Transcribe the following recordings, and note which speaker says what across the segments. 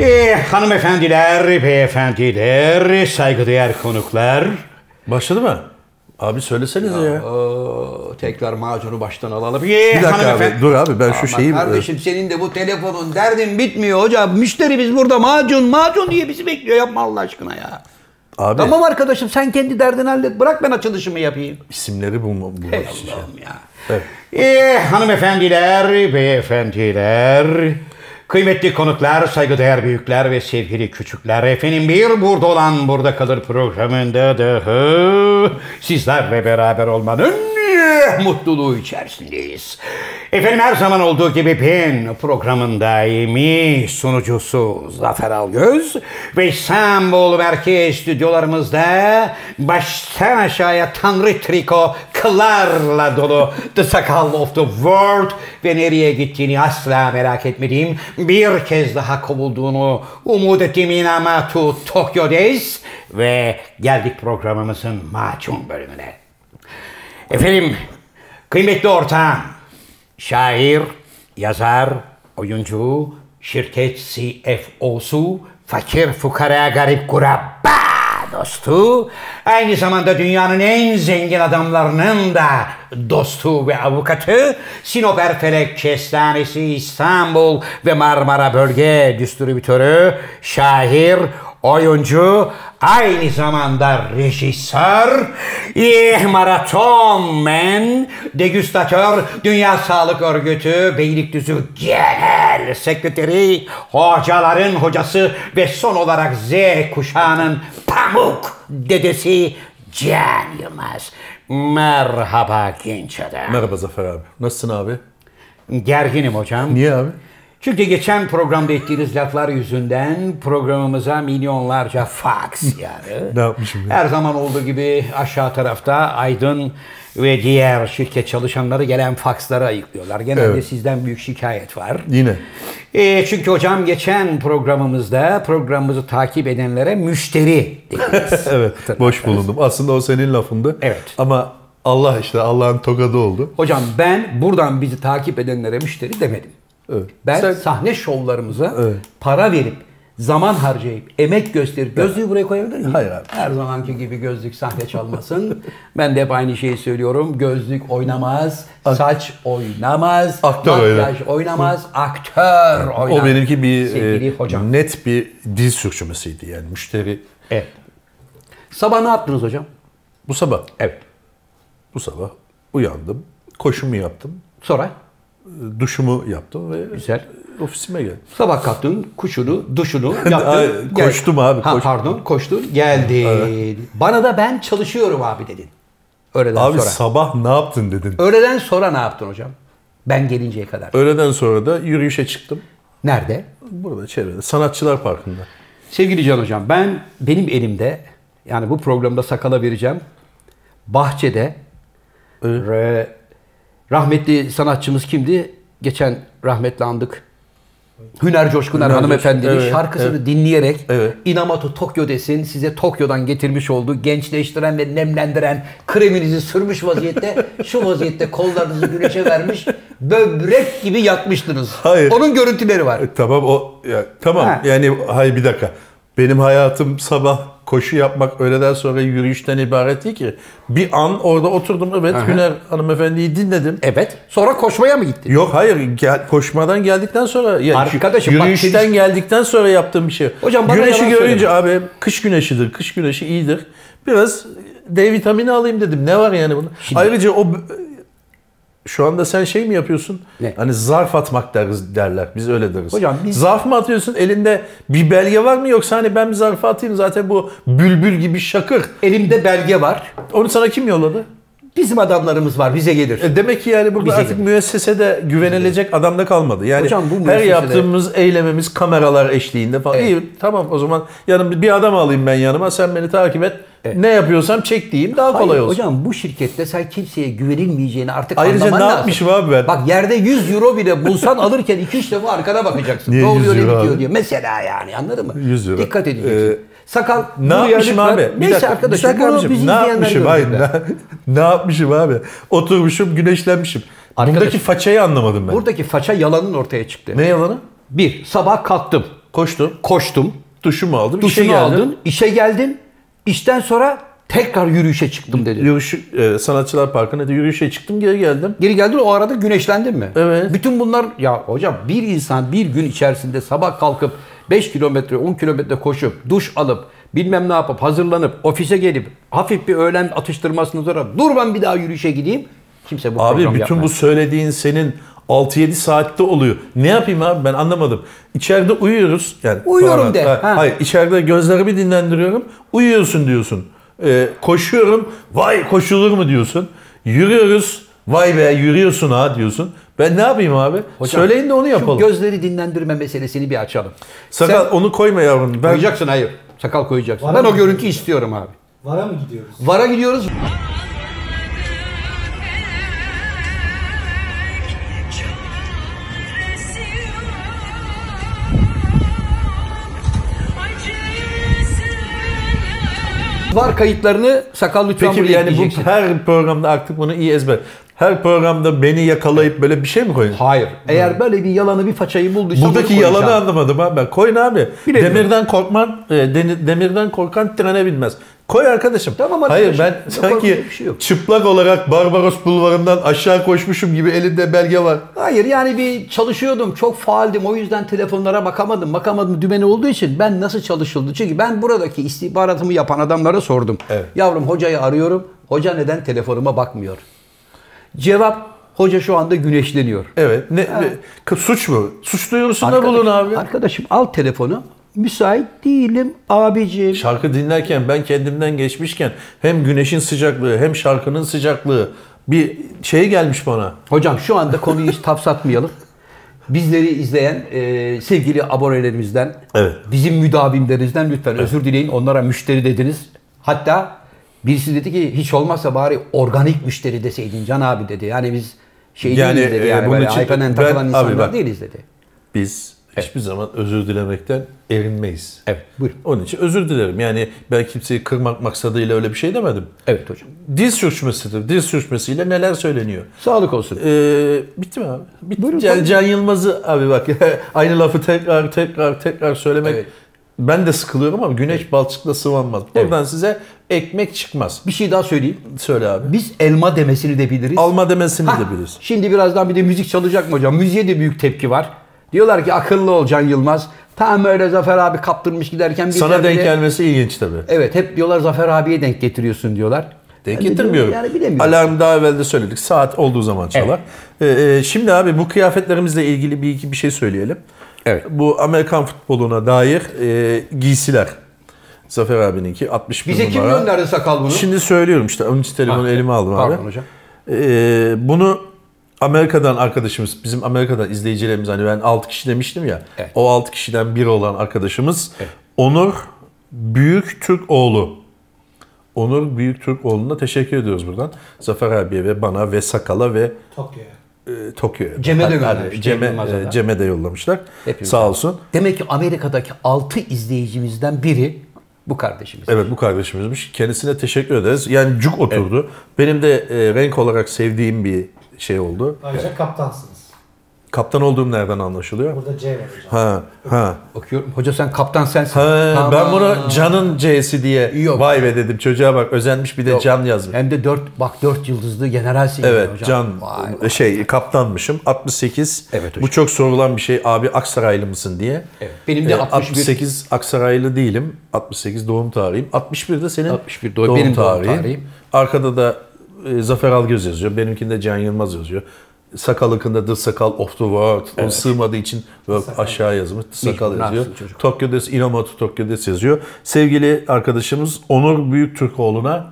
Speaker 1: Eh, hanımefendiler, beyefendiler, saygıdeğer konuklar.
Speaker 2: Başladı mı? Abi söylesenize ya.
Speaker 1: Oo, tekrar macunu baştan alalım. Eh,
Speaker 2: Bir dakika
Speaker 1: hanımefendi-
Speaker 2: abi. Dur abi ben şu
Speaker 1: Ama
Speaker 2: şeyi... e,
Speaker 1: kardeşim senin de bu telefonun derdin bitmiyor hocam. Müşterimiz burada macun macun diye bizi bekliyor. Yapma Allah aşkına ya.
Speaker 2: Abi
Speaker 1: Tamam arkadaşım sen kendi derdini hallet. Bırak ben açılışımı yapayım.
Speaker 2: isimleri bulma, bulmak
Speaker 1: Ey
Speaker 2: için.
Speaker 1: Allah'ım ya.
Speaker 2: Evet.
Speaker 1: Eh, hanımefendiler, beyefendiler, kıymetli konuklar, saygıdeğer büyükler ve sevgili küçükler. Efendim bir burada olan burada kalır programında daha sizlerle beraber olmanın eh, mutluluğu içerisindeyiz. Efendim her zaman olduğu gibi ben programın daimi sunucusu Zafer Algöz ve İstanbul Merkez stüdyolarımızda baştan aşağıya Tanrı Triko kıllarla dolu The Sakal of the World ve nereye gittiğini asla merak etmediğim bir kez daha kovulduğunu umut ettiğim Inamatu Tokyo'dayız ve geldik programımızın macun bölümüne. Efendim, kıymetli ortağım, şair, yazar, oyuncu, şirket CFO'su, fakir fukara garip kurabba dostu, aynı zamanda dünyanın en zengin adamlarının da dostu ve avukatı, Sinop Erfelek Kestanesi İstanbul ve Marmara Bölge Distribütörü, şair, oyuncu, aynı zamanda rejisör, eh, maraton men, degüstatör, Dünya Sağlık Örgütü, Beylikdüzü Genel Sekreteri, hocaların hocası ve son olarak Z kuşağının pamuk dedesi Can Yılmaz. Merhaba genç adam.
Speaker 2: Merhaba Zafer abi. Nasılsın abi?
Speaker 1: Gerginim hocam.
Speaker 2: Niye abi?
Speaker 1: Çünkü geçen programda ettiğiniz laflar yüzünden programımıza milyonlarca fax yani.
Speaker 2: Ne yapmışım ya?
Speaker 1: Her zaman olduğu gibi aşağı tarafta Aydın ve diğer şirket çalışanları gelen fakslara ayıklıyorlar. Genelde
Speaker 2: Evet.
Speaker 1: sizden büyük şikayet var.
Speaker 2: Yine.
Speaker 1: Ee, çünkü hocam geçen programımızda programımızı takip edenlere müşteri dediniz.
Speaker 2: Evet. Boş bulundum. Aslında o senin lafındı.
Speaker 1: Evet.
Speaker 2: Ama Allah işte Allah'ın tokadı oldu.
Speaker 1: hocam ben buradan bizi takip edenlere müşteri demedim.
Speaker 2: Evet.
Speaker 1: Ben
Speaker 2: Sen-
Speaker 1: sahne şovlarımıza
Speaker 2: Evet.
Speaker 1: para verip zaman harcayıp emek gösterip gözlüğü buraya koyabilir miyim?
Speaker 2: Hayır abi.
Speaker 1: Her zamanki gibi gözlük sahne çalmasın. ben de hep aynı şeyi söylüyorum. Gözlük oynamaz, saç oynamaz,
Speaker 2: Aktör
Speaker 1: makyaj oynamaz, aktör oynar.
Speaker 2: O benimki bir
Speaker 1: Sevgili
Speaker 2: e,
Speaker 1: hocam.
Speaker 2: net bir dil sürçmesiydi yani müşteri.
Speaker 1: Evet. Sabah ne yaptınız hocam?
Speaker 2: Bu sabah,
Speaker 1: Evet.
Speaker 2: bu sabah uyandım, koşumu yaptım,
Speaker 1: Sonra
Speaker 2: e, duşumu yaptım ve
Speaker 1: Güzel.
Speaker 2: ofisime geldim.
Speaker 1: sabah kalktın, kuşunu, duşunu yaptın.
Speaker 2: Ay,
Speaker 1: geldin.
Speaker 2: koştum abi,
Speaker 1: Ha,
Speaker 2: koştum.
Speaker 1: Pardon, koştun, geldin. Bana da ben çalışıyorum abi dedin. Öğleden
Speaker 2: Abi
Speaker 1: sonra.
Speaker 2: sabah ne yaptın dedin.
Speaker 1: Öğleden sonra ne yaptın hocam? Ben gelinceye kadar.
Speaker 2: Öğleden sonra da yürüyüşe çıktım.
Speaker 1: Nerede?
Speaker 2: Burada çevrede. Sanatçılar Parkı'nda.
Speaker 1: Sevgili Can Hocam ben benim elimde yani bu programda sakala vereceğim. Bahçede re- rahmetli sanatçımız kimdi? Geçen rahmetli andık. Hüner Coşkuner
Speaker 2: Hüner
Speaker 1: hanımefendinin
Speaker 2: Coşkun, evet,
Speaker 1: şarkısını dinleyerek
Speaker 2: Evet.
Speaker 1: Inamatu Tokyo desin size Tokyo'dan getirmiş olduğu gençleştiren ve nemlendiren kreminizi sürmüş vaziyette şu vaziyette kollarınızı güneşe vermiş böbrek gibi yatmıştınız.
Speaker 2: Hayır.
Speaker 1: Onun görüntüleri var.
Speaker 2: E, tamam o ya, tamam
Speaker 1: Ha.
Speaker 2: yani hayır bir dakika. Benim hayatım sabah koşu yapmak öğleden sonra yürüyüşten ibaret değil ki. Bir an orada oturdum evet Güner hanımefendiyi dinledim.
Speaker 1: Evet. Sonra koşmaya mı gittin?
Speaker 2: Yok hayır gel- koşmadan geldikten sonra yani
Speaker 1: Arkadaşım, bak,
Speaker 2: yürüyüşten
Speaker 1: senin-
Speaker 2: geldikten sonra yaptığım bir şey.
Speaker 1: Hocam, bana
Speaker 2: Güneşi
Speaker 1: yalan
Speaker 2: görünce abi kış güneşidir. Kış güneşi iyidir. Biraz D vitamini alayım dedim. Ne var yani bunda? Ayrıca o b- şu anda sen şey mi yapıyorsun?
Speaker 1: Ne?
Speaker 2: Hani zarf atmak deriz derler. Biz öyle deriz.
Speaker 1: Hocam biz-
Speaker 2: Zarf mı atıyorsun? Elinde bir belge var mı yoksa hani ben bir zarfı atayım zaten bu bülbül gibi şakır.
Speaker 1: Elimde belge var.
Speaker 2: Onu sana kim yolladı?
Speaker 1: Bizim adamlarımız var bize gelir.
Speaker 2: E Demek ki yani burada
Speaker 1: Bize
Speaker 2: artık müessesede güvenilecek adam da kalmadı. Yani
Speaker 1: Hocam bu
Speaker 2: her
Speaker 1: müessesede-
Speaker 2: yaptığımız eylememiz kameralar eşliğinde falan.
Speaker 1: Evet.
Speaker 2: İyi tamam o zaman yanım bir adam alayım ben yanıma sen beni takip et. Ne yapıyorsam çek diyeyim daha kolay
Speaker 1: Hayır,
Speaker 2: olsun.
Speaker 1: Hocam bu şirkette sen kimseye güvenilmeyeceğini artık
Speaker 2: Ayrıca
Speaker 1: anlaman
Speaker 2: ne
Speaker 1: lazım.
Speaker 2: yapmışım abi ben?
Speaker 1: Bak yerde 100 euro bile bulsan alırken 2-3 defa arkana bakacaksın.
Speaker 2: Niye
Speaker 1: ne
Speaker 2: 100
Speaker 1: oluyor ne
Speaker 2: euro
Speaker 1: bitiyor
Speaker 2: abi?
Speaker 1: diye. Mesela yani anladın mı?
Speaker 2: 100 euro.
Speaker 1: Dikkat edeceksin.
Speaker 2: Ee,
Speaker 1: Sakal
Speaker 2: Ne
Speaker 1: buraya
Speaker 2: yapmışım
Speaker 1: lütfen-
Speaker 2: abi? Bir
Speaker 1: Neyse
Speaker 2: dakika,
Speaker 1: arkadaşım
Speaker 2: bir dakika
Speaker 1: bunu
Speaker 2: abicim.
Speaker 1: bizi
Speaker 2: ne
Speaker 1: izleyenler
Speaker 2: yapmışım? Hayır,
Speaker 1: görecekler.
Speaker 2: ne, ne yapmışım abi? Oturmuşum, güneşlenmişim.
Speaker 1: Arkadaş-
Speaker 2: Buradaki façayı anlamadım ben.
Speaker 1: Buradaki faça yalanın ortaya çıktı.
Speaker 2: Ne yalanı?
Speaker 1: Bir, sabah kalktım.
Speaker 2: Koştum.
Speaker 1: Koştum.
Speaker 2: Duşumu aldım. işe
Speaker 1: Duşunu
Speaker 2: geldim.
Speaker 1: aldın. işe geldin. İşten sonra tekrar yürüyüşe çıktım dedi.
Speaker 2: Yürüyüş, e, Sanatçılar Parkı'na da yürüyüşe çıktım geri geldim.
Speaker 1: Geri geldin o arada güneşlendin mi?
Speaker 2: Evet.
Speaker 1: Bütün bunlar ya hocam bir insan bir gün içerisinde sabah kalkıp 5 kilometre 10 kilometre koşup duş alıp bilmem ne yapıp hazırlanıp ofise gelip hafif bir öğlen atıştırmasını sonra dur ben bir daha yürüyüşe gideyim. Kimse bu
Speaker 2: Abi
Speaker 1: program
Speaker 2: bütün
Speaker 1: yapmaz.
Speaker 2: bu söylediğin senin 6-7 saatte oluyor. Ne yapayım abi ben anlamadım. İçeride uyuyoruz. Yani
Speaker 1: Uyuyorum
Speaker 2: pardon,
Speaker 1: de,
Speaker 2: ha,
Speaker 1: ha.
Speaker 2: Hayır içeride gözlerimi dinlendiriyorum. Uyuyorsun diyorsun. Ee, koşuyorum. Vay koşulur mu diyorsun. Yürüyoruz. Vay be yürüyorsun ha diyorsun. Ben ne yapayım abi?
Speaker 1: Hocam,
Speaker 2: Söyleyin de onu yapalım.
Speaker 1: Şu gözleri dinlendirme meselesini bir açalım.
Speaker 2: Sakal onu koyma yavrum. Ben
Speaker 1: Koyacaksın hayır. Sakal koyacaksın.
Speaker 3: Var
Speaker 1: ben
Speaker 3: mı?
Speaker 1: o görüntü istiyorum abi.
Speaker 3: Vara mı gidiyoruz?
Speaker 1: Vara gidiyoruz. Var kayıtlarını sakal lütfen
Speaker 2: Peki
Speaker 1: buraya
Speaker 2: yani bu
Speaker 1: ekleyeceksin.
Speaker 2: her programda artık bunu iyi ezber. Her programda beni yakalayıp böyle bir şey mi koyun?
Speaker 1: Hayır. Eğer böyle bir yalanı bir façayı bulduysan
Speaker 2: Buradaki
Speaker 1: onu koyacağım.
Speaker 2: yalanı anlamadım abi ben. Koyun abi.
Speaker 1: Bilemiyorum.
Speaker 2: Demirden korkman, e, deni- demirden korkan trene binmez. Koy arkadaşım.
Speaker 1: Tamam
Speaker 2: Hayır
Speaker 1: arkadaşım,
Speaker 2: ben
Speaker 1: korkacak
Speaker 2: sanki
Speaker 1: bir şey yok.
Speaker 2: çıplak olarak Barbaros bulvarından aşağı koşmuşum gibi elinde belge var.
Speaker 1: Hayır yani bir çalışıyordum. Çok faaldim. O yüzden telefonlara bakamadım. Bakamadım dümeni olduğu için ben nasıl çalışıldı? Çünkü ben buradaki istihbaratımı yapan adamlara sordum.
Speaker 2: Evet.
Speaker 1: Yavrum hocayı arıyorum. Hoca neden telefonuma bakmıyor? Cevap hoca şu anda güneşleniyor.
Speaker 2: Evet. Ne, ne- suç mu? Suç duyurusunda
Speaker 1: Arkadaşım-
Speaker 2: bulun abi.
Speaker 1: Arkadaşım al telefonu. Müsait değilim abicim.
Speaker 2: Şarkı dinlerken ben kendimden geçmişken hem güneşin sıcaklığı hem şarkının sıcaklığı bir şey gelmiş bana.
Speaker 1: Hocam şu anda konuyu hiç tafsatmayalım. Bizleri izleyen e, sevgili abonelerimizden,
Speaker 2: Evet.
Speaker 1: bizim müdavimlerimizden lütfen özür dileyin. Onlara müşteri dediniz. Hatta birisi dedi ki hiç olmazsa bari organik müşteri deseydin Can abi dedi. Yani biz şey
Speaker 2: Yani,
Speaker 1: değiliz dedi.
Speaker 2: e,
Speaker 1: Yani
Speaker 2: bunun
Speaker 1: böyle
Speaker 2: için
Speaker 1: haypenen
Speaker 2: ben-
Speaker 1: takılan
Speaker 2: abi
Speaker 1: insanlar
Speaker 2: bak-
Speaker 1: değiliz dedi.
Speaker 2: Biz hiçbir zaman özür dilemekten erinmeyiz.
Speaker 1: Evet, buyurun.
Speaker 2: Onun için özür dilerim. Yani ben kimseyi kırmak maksadıyla öyle bir şey demedim.
Speaker 1: Evet hocam.
Speaker 2: Dil sürçmesidir. Dil sürçmesiyle neler söyleniyor?
Speaker 1: Sağlık olsun.
Speaker 2: Ee, bitti mi abi? Bitti.
Speaker 1: Buyurun,
Speaker 2: Can,
Speaker 1: tabii.
Speaker 2: Can Yılmaz'ı abi bak aynı lafı tekrar tekrar tekrar söylemek
Speaker 1: Evet.
Speaker 2: ben de sıkılıyorum ama güneş balçıkla sıvanmaz. Buradan size ekmek çıkmaz.
Speaker 1: Bir şey daha söyleyeyim.
Speaker 2: Söyle abi.
Speaker 1: Biz elma demesini de biliriz.
Speaker 2: Alma demesini
Speaker 1: Hah,
Speaker 2: de bilirsin.
Speaker 1: Şimdi birazdan bir de müzik çalacak mı hocam? Müziğe de büyük tepki var. Diyorlar ki akıllı ol Can Yılmaz. Tam öyle Zafer abi kaptırmış giderken bir
Speaker 2: Sana
Speaker 1: yerde-
Speaker 2: denk gelmesi ilginç tabii.
Speaker 1: Evet hep diyorlar Zafer abiye denk getiriyorsun diyorlar.
Speaker 2: Denk
Speaker 1: Ben de
Speaker 2: getirmiyorum.
Speaker 1: diyorum, Yani bilemiyorum.
Speaker 2: Alarm daha evvel de söyledik. Saat olduğu zaman çalar. Ee, e, şimdi abi bu kıyafetlerimizle ilgili bir iki bir şey söyleyelim.
Speaker 1: Evet.
Speaker 2: Bu Amerikan futboluna dair e, giysiler. Zafer abininki 61
Speaker 1: Bize kim
Speaker 2: numara.
Speaker 1: gönderdi sakal bunu?
Speaker 2: Şimdi söylüyorum işte. Onun için telefonu
Speaker 1: Ha,
Speaker 2: elime aldım abi.
Speaker 1: Pardon hocam.
Speaker 2: Ee, bunu Amerika'dan arkadaşımız, bizim Amerika'dan izleyicilerimiz hani ben 6 kişi demiştim ya.
Speaker 1: Evet.
Speaker 2: O 6 kişiden biri olan arkadaşımız
Speaker 1: Evet.
Speaker 2: Onur Büyük Türk oğlu. Onur Büyük Türk oğluna teşekkür ediyoruz buradan. Zafer abiye ve bana ve Sakala ve
Speaker 3: Tokyo'ya.
Speaker 2: e, Tokyo'ya.
Speaker 1: Cem'e de
Speaker 2: Hadi-
Speaker 1: göndermiş, Cem
Speaker 2: hadi, Cem'e,
Speaker 1: Yılmaz'a
Speaker 2: e,
Speaker 1: da.
Speaker 2: Cem'e de yollamışlar.
Speaker 1: Hepimize.
Speaker 2: Sağ olsun.
Speaker 1: Demek ki Amerika'daki 6 izleyicimizden biri bu kardeşimiz.
Speaker 2: Evet bu kardeşimizmiş. Kendisine teşekkür ederiz. Yani cuk oturdu. Benim de e, renk olarak sevdiğim bir şey oldu.
Speaker 3: Ayrıca kaptansınız.
Speaker 2: Kaptan olduğum nereden anlaşılıyor?
Speaker 3: Burada C var hocam.
Speaker 2: Ha ha.
Speaker 1: Bakıyorum hoca sen kaptan sensin.
Speaker 2: Ha,
Speaker 1: Tamam.
Speaker 2: ben buna canın C'si diye
Speaker 1: Yok.
Speaker 2: vay be dedim çocuğa bak özenmiş bir de
Speaker 1: Yok.
Speaker 2: can yazmış.
Speaker 1: Hem de 4 bak 4 yıldızlı generalsin yani
Speaker 2: Evet
Speaker 1: hocam.
Speaker 2: can
Speaker 1: Vay be.
Speaker 2: şey kaptanmışım 68.
Speaker 1: Evet hocam.
Speaker 2: Bu çok sorulan bir şey abi Aksaraylı mısın diye.
Speaker 1: Evet, benim de 61
Speaker 2: 68 Aksaraylı değilim. 68 doğum tarihim. 61 de senin
Speaker 1: 61 doğum- benim doğum tarihim.
Speaker 2: Arkada da e, Zafer Algöz yazıyor. Benimkinde Can Yılmaz yazıyor. Sakalıkında The Sakal of the World. O sığmadığı için work aşağı yazmış. The Sakal
Speaker 1: Mecbur, ne
Speaker 2: yazıyor.
Speaker 1: yapsın çocuk?
Speaker 2: Tokyo'des, Inamoto Tokyo'des yazıyor. Sevgili arkadaşımız Onur Büyüktürkoğlu'na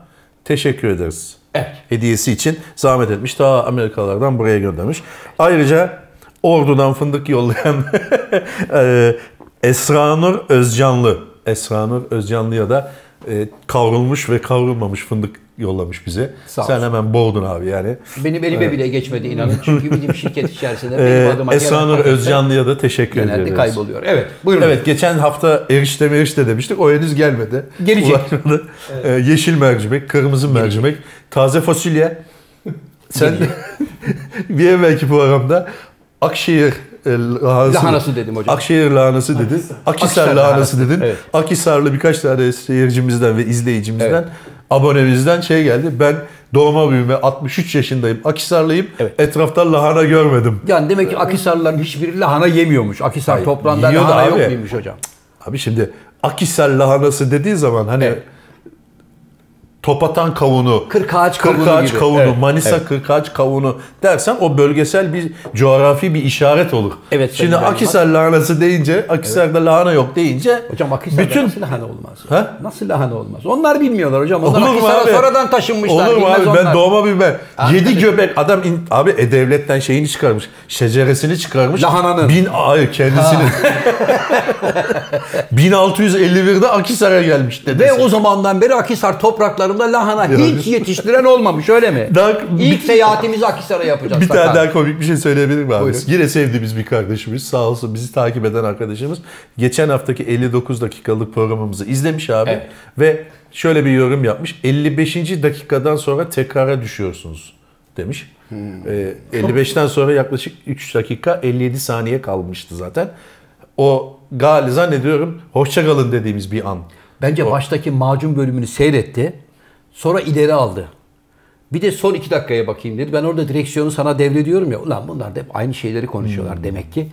Speaker 2: teşekkür ederiz.
Speaker 1: Evet.
Speaker 2: Hediyesi için zahmet etmiş. Daha Amerikalardan buraya göndermiş. Ayrıca Ordu'dan fındık yollayan eee, Ee, Esra Nur Özcanlı. Esra Nur Özcanlı'ya da eee, kavrulmuş ve kavrulmamış fındık yollamış bize.
Speaker 1: Sağ
Speaker 2: Sen
Speaker 1: olsun.
Speaker 2: hemen boğdun abi yani. Ee,
Speaker 1: Benim elime bile geçmedi inanın. Çünkü bizim şirket içerisinde
Speaker 2: Eee
Speaker 1: benim adıma
Speaker 2: Ee, Esra
Speaker 1: gelen
Speaker 2: Nur
Speaker 1: paketler
Speaker 2: Özcanlı'ya da teşekkür
Speaker 1: genelde
Speaker 2: ediyoruz.
Speaker 1: kayboluyor. Evet buyurun.
Speaker 2: Evet geçen hafta erişte merişte demiştik. O henüz gelmedi.
Speaker 1: Gelecek.
Speaker 2: Ulaşmadı. Ee, yeşil mercimek, kırmızı mercimek, taze fasulye. Sen bir evvelki programda Akşehir e, lahanası,
Speaker 1: Lahanası dedim hocam.
Speaker 2: Akşehir lahanası dedi. Akhisar
Speaker 1: Akhisar
Speaker 2: lahanası
Speaker 1: lahanası,
Speaker 2: dedin.
Speaker 1: evet.
Speaker 2: Akhisarlı birkaç tane seyircimizden ve izleyicimizden
Speaker 1: Evet.
Speaker 2: abonemizden şey geldi. Ben doğma büyüme 63 yaşındayım. Akhisarlıyım.
Speaker 1: Evet.
Speaker 2: Etrafta lahana görmedim.
Speaker 1: Yani demek ki Akhisarlıların hiçbiri lahana yemiyormuş. Akhisar
Speaker 2: Hayır,
Speaker 1: toprağında
Speaker 2: yiyor da
Speaker 1: lahana
Speaker 2: abi.
Speaker 1: yok muymuş hocam?
Speaker 2: Abi şimdi Akhisar lahanası dediği zaman hani
Speaker 1: Evet.
Speaker 2: topatan kavunu,
Speaker 1: Kırk ağaç kavunu
Speaker 2: Kırkağaç
Speaker 1: gibi.
Speaker 2: kavunu,
Speaker 1: Evet,
Speaker 2: Manisa Kırkağaç kavunu dersen o bölgesel bir coğrafi bir işaret olur.
Speaker 1: Evet, Sayın
Speaker 2: Şimdi
Speaker 1: Bayram.
Speaker 2: Akhisar lahanası deyince, Akhisar'da lahana yok deyince
Speaker 1: Hocam Akhisar'da
Speaker 2: bütün
Speaker 1: nasıl lahana olmaz? ya?
Speaker 2: Ha?
Speaker 1: Nasıl lahana olmaz? Onlar bilmiyorlar hocam. Onlar
Speaker 2: Olur mu
Speaker 1: Akhisar'a
Speaker 2: abi?
Speaker 1: sonradan taşınmışlar.
Speaker 2: Olur mu
Speaker 1: bilmez
Speaker 2: abi?
Speaker 1: onlar.
Speaker 2: Ben doğma bilmem.
Speaker 1: Abi,
Speaker 2: Yedi
Speaker 1: tabii.
Speaker 2: göbek adam in- abi e devletten şeyini çıkarmış. Şeceresini çıkarmış.
Speaker 1: Lahananın.
Speaker 2: Bin hayır kendisinin. 1651'de Akhisar'a gelmiş dedi.
Speaker 1: Ve o zamandan beri Akhisar topraklarında lahana hiç yetiştiren olmamış öyle mi?
Speaker 2: Daha-
Speaker 1: İlk seyahatimizi Akhisar'a yapacağız.
Speaker 2: Bir tane
Speaker 1: Sakar.
Speaker 2: daha komik bir şey söyleyebilir miyim abi?
Speaker 1: Buyurun.
Speaker 2: Yine sevdiğimiz bir kardeşimiz sağ olsun bizi takip eden arkadaşımız. Geçen haftaki 59 dakikalık programımızı izlemiş abi.
Speaker 1: Evet.
Speaker 2: Ve şöyle bir yorum yapmış. 55. dakikadan sonra tekrara düşüyorsunuz demiş.
Speaker 1: Hmm.
Speaker 2: Ee, 55'ten sonra yaklaşık 3 dakika 57 saniye kalmıştı zaten. O gal zannediyorum hoşça kalın dediğimiz bir an.
Speaker 1: Bence baştaki macun bölümünü seyretti. Sonra ileri aldı. Bir de son iki dakikaya bakayım dedi. Ben orada direksiyonu sana devrediyorum ya. Ulan bunlar da hep aynı şeyleri konuşuyorlar demek ki.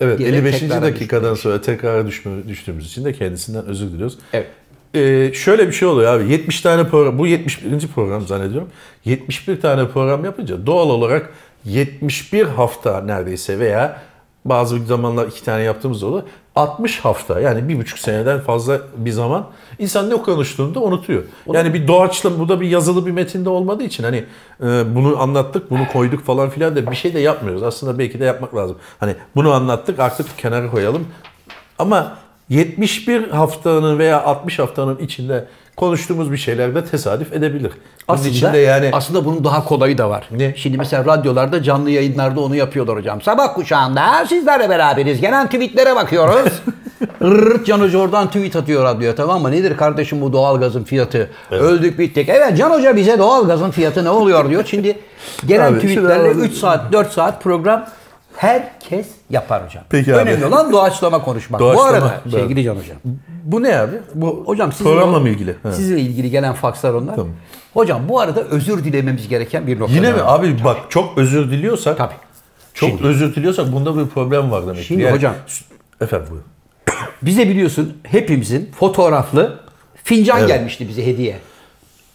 Speaker 2: Evet
Speaker 1: Yine
Speaker 2: 55.
Speaker 1: tekrara
Speaker 2: dakikadan sonra tekrar düşme, düştüğümüz için de kendisinden özür diliyoruz.
Speaker 1: Evet.
Speaker 2: Ee, şöyle bir şey oluyor abi 70 tane program bu 71. program zannediyorum. 71 tane program yapınca doğal olarak 71 hafta neredeyse veya bazı zamanlar iki tane yaptığımız olur. 60 hafta yani bir buçuk seneden fazla bir zaman insan ne konuştuğunu da unutuyor. Yani bir doğaçlama bu da bir yazılı bir metinde olmadığı için hani e, bunu anlattık bunu koyduk falan filan da bir şey de yapmıyoruz. Aslında belki de yapmak lazım. Hani bunu anlattık artık kenara koyalım. Ama 71 haftanın veya 60 haftanın içinde konuştuğumuz bir şeyler de tesadüf edebilir. Bunun
Speaker 1: Aslında,
Speaker 2: içinde yani
Speaker 1: aslında bunun daha kolayı da var.
Speaker 2: Ne?
Speaker 1: Şimdi mesela radyolarda canlı yayınlarda onu yapıyorlar hocam. Sabah kuşağında sizlerle beraberiz. Gelen tweetlere bakıyoruz. Rırt Can Hoca oradan tweet atıyor radyoya tamam mı? Nedir kardeşim bu doğalgazın fiyatı? Öldük bittik. Evet Can Hoca bize doğalgazın fiyatı ne oluyor diyor. Şimdi gelen
Speaker 2: Abi, şimdi
Speaker 1: tweetlerle
Speaker 2: abi-
Speaker 1: 3 saat 4 saat program herkes yapar hocam.
Speaker 2: Peki abi.
Speaker 1: Önemli olan doğaçlama konuşmak.
Speaker 2: Doğaçlama,
Speaker 1: Bu arada
Speaker 2: evet.
Speaker 1: sevgili Can Hocam.
Speaker 2: bu ne abi? Bu
Speaker 1: Hocam sizin
Speaker 2: programla
Speaker 1: o-
Speaker 2: mı ilgili? Ha.
Speaker 1: Sizinle ilgili gelen fakslar onlar.
Speaker 2: Tamam.
Speaker 1: Hocam bu arada özür dilememiz gereken bir nokta.
Speaker 2: Yine
Speaker 1: var.
Speaker 2: mi? Abi bak çok özür diliyorsak
Speaker 1: Tabii.
Speaker 2: çok özür diliyorsak bunda bir problem var demek.
Speaker 1: Şimdi hocam-
Speaker 2: Efendim buyurun.
Speaker 1: Bize biliyorsun hepimizin fotoğraflı fincan
Speaker 2: Evet.
Speaker 1: gelmişti bize hediye.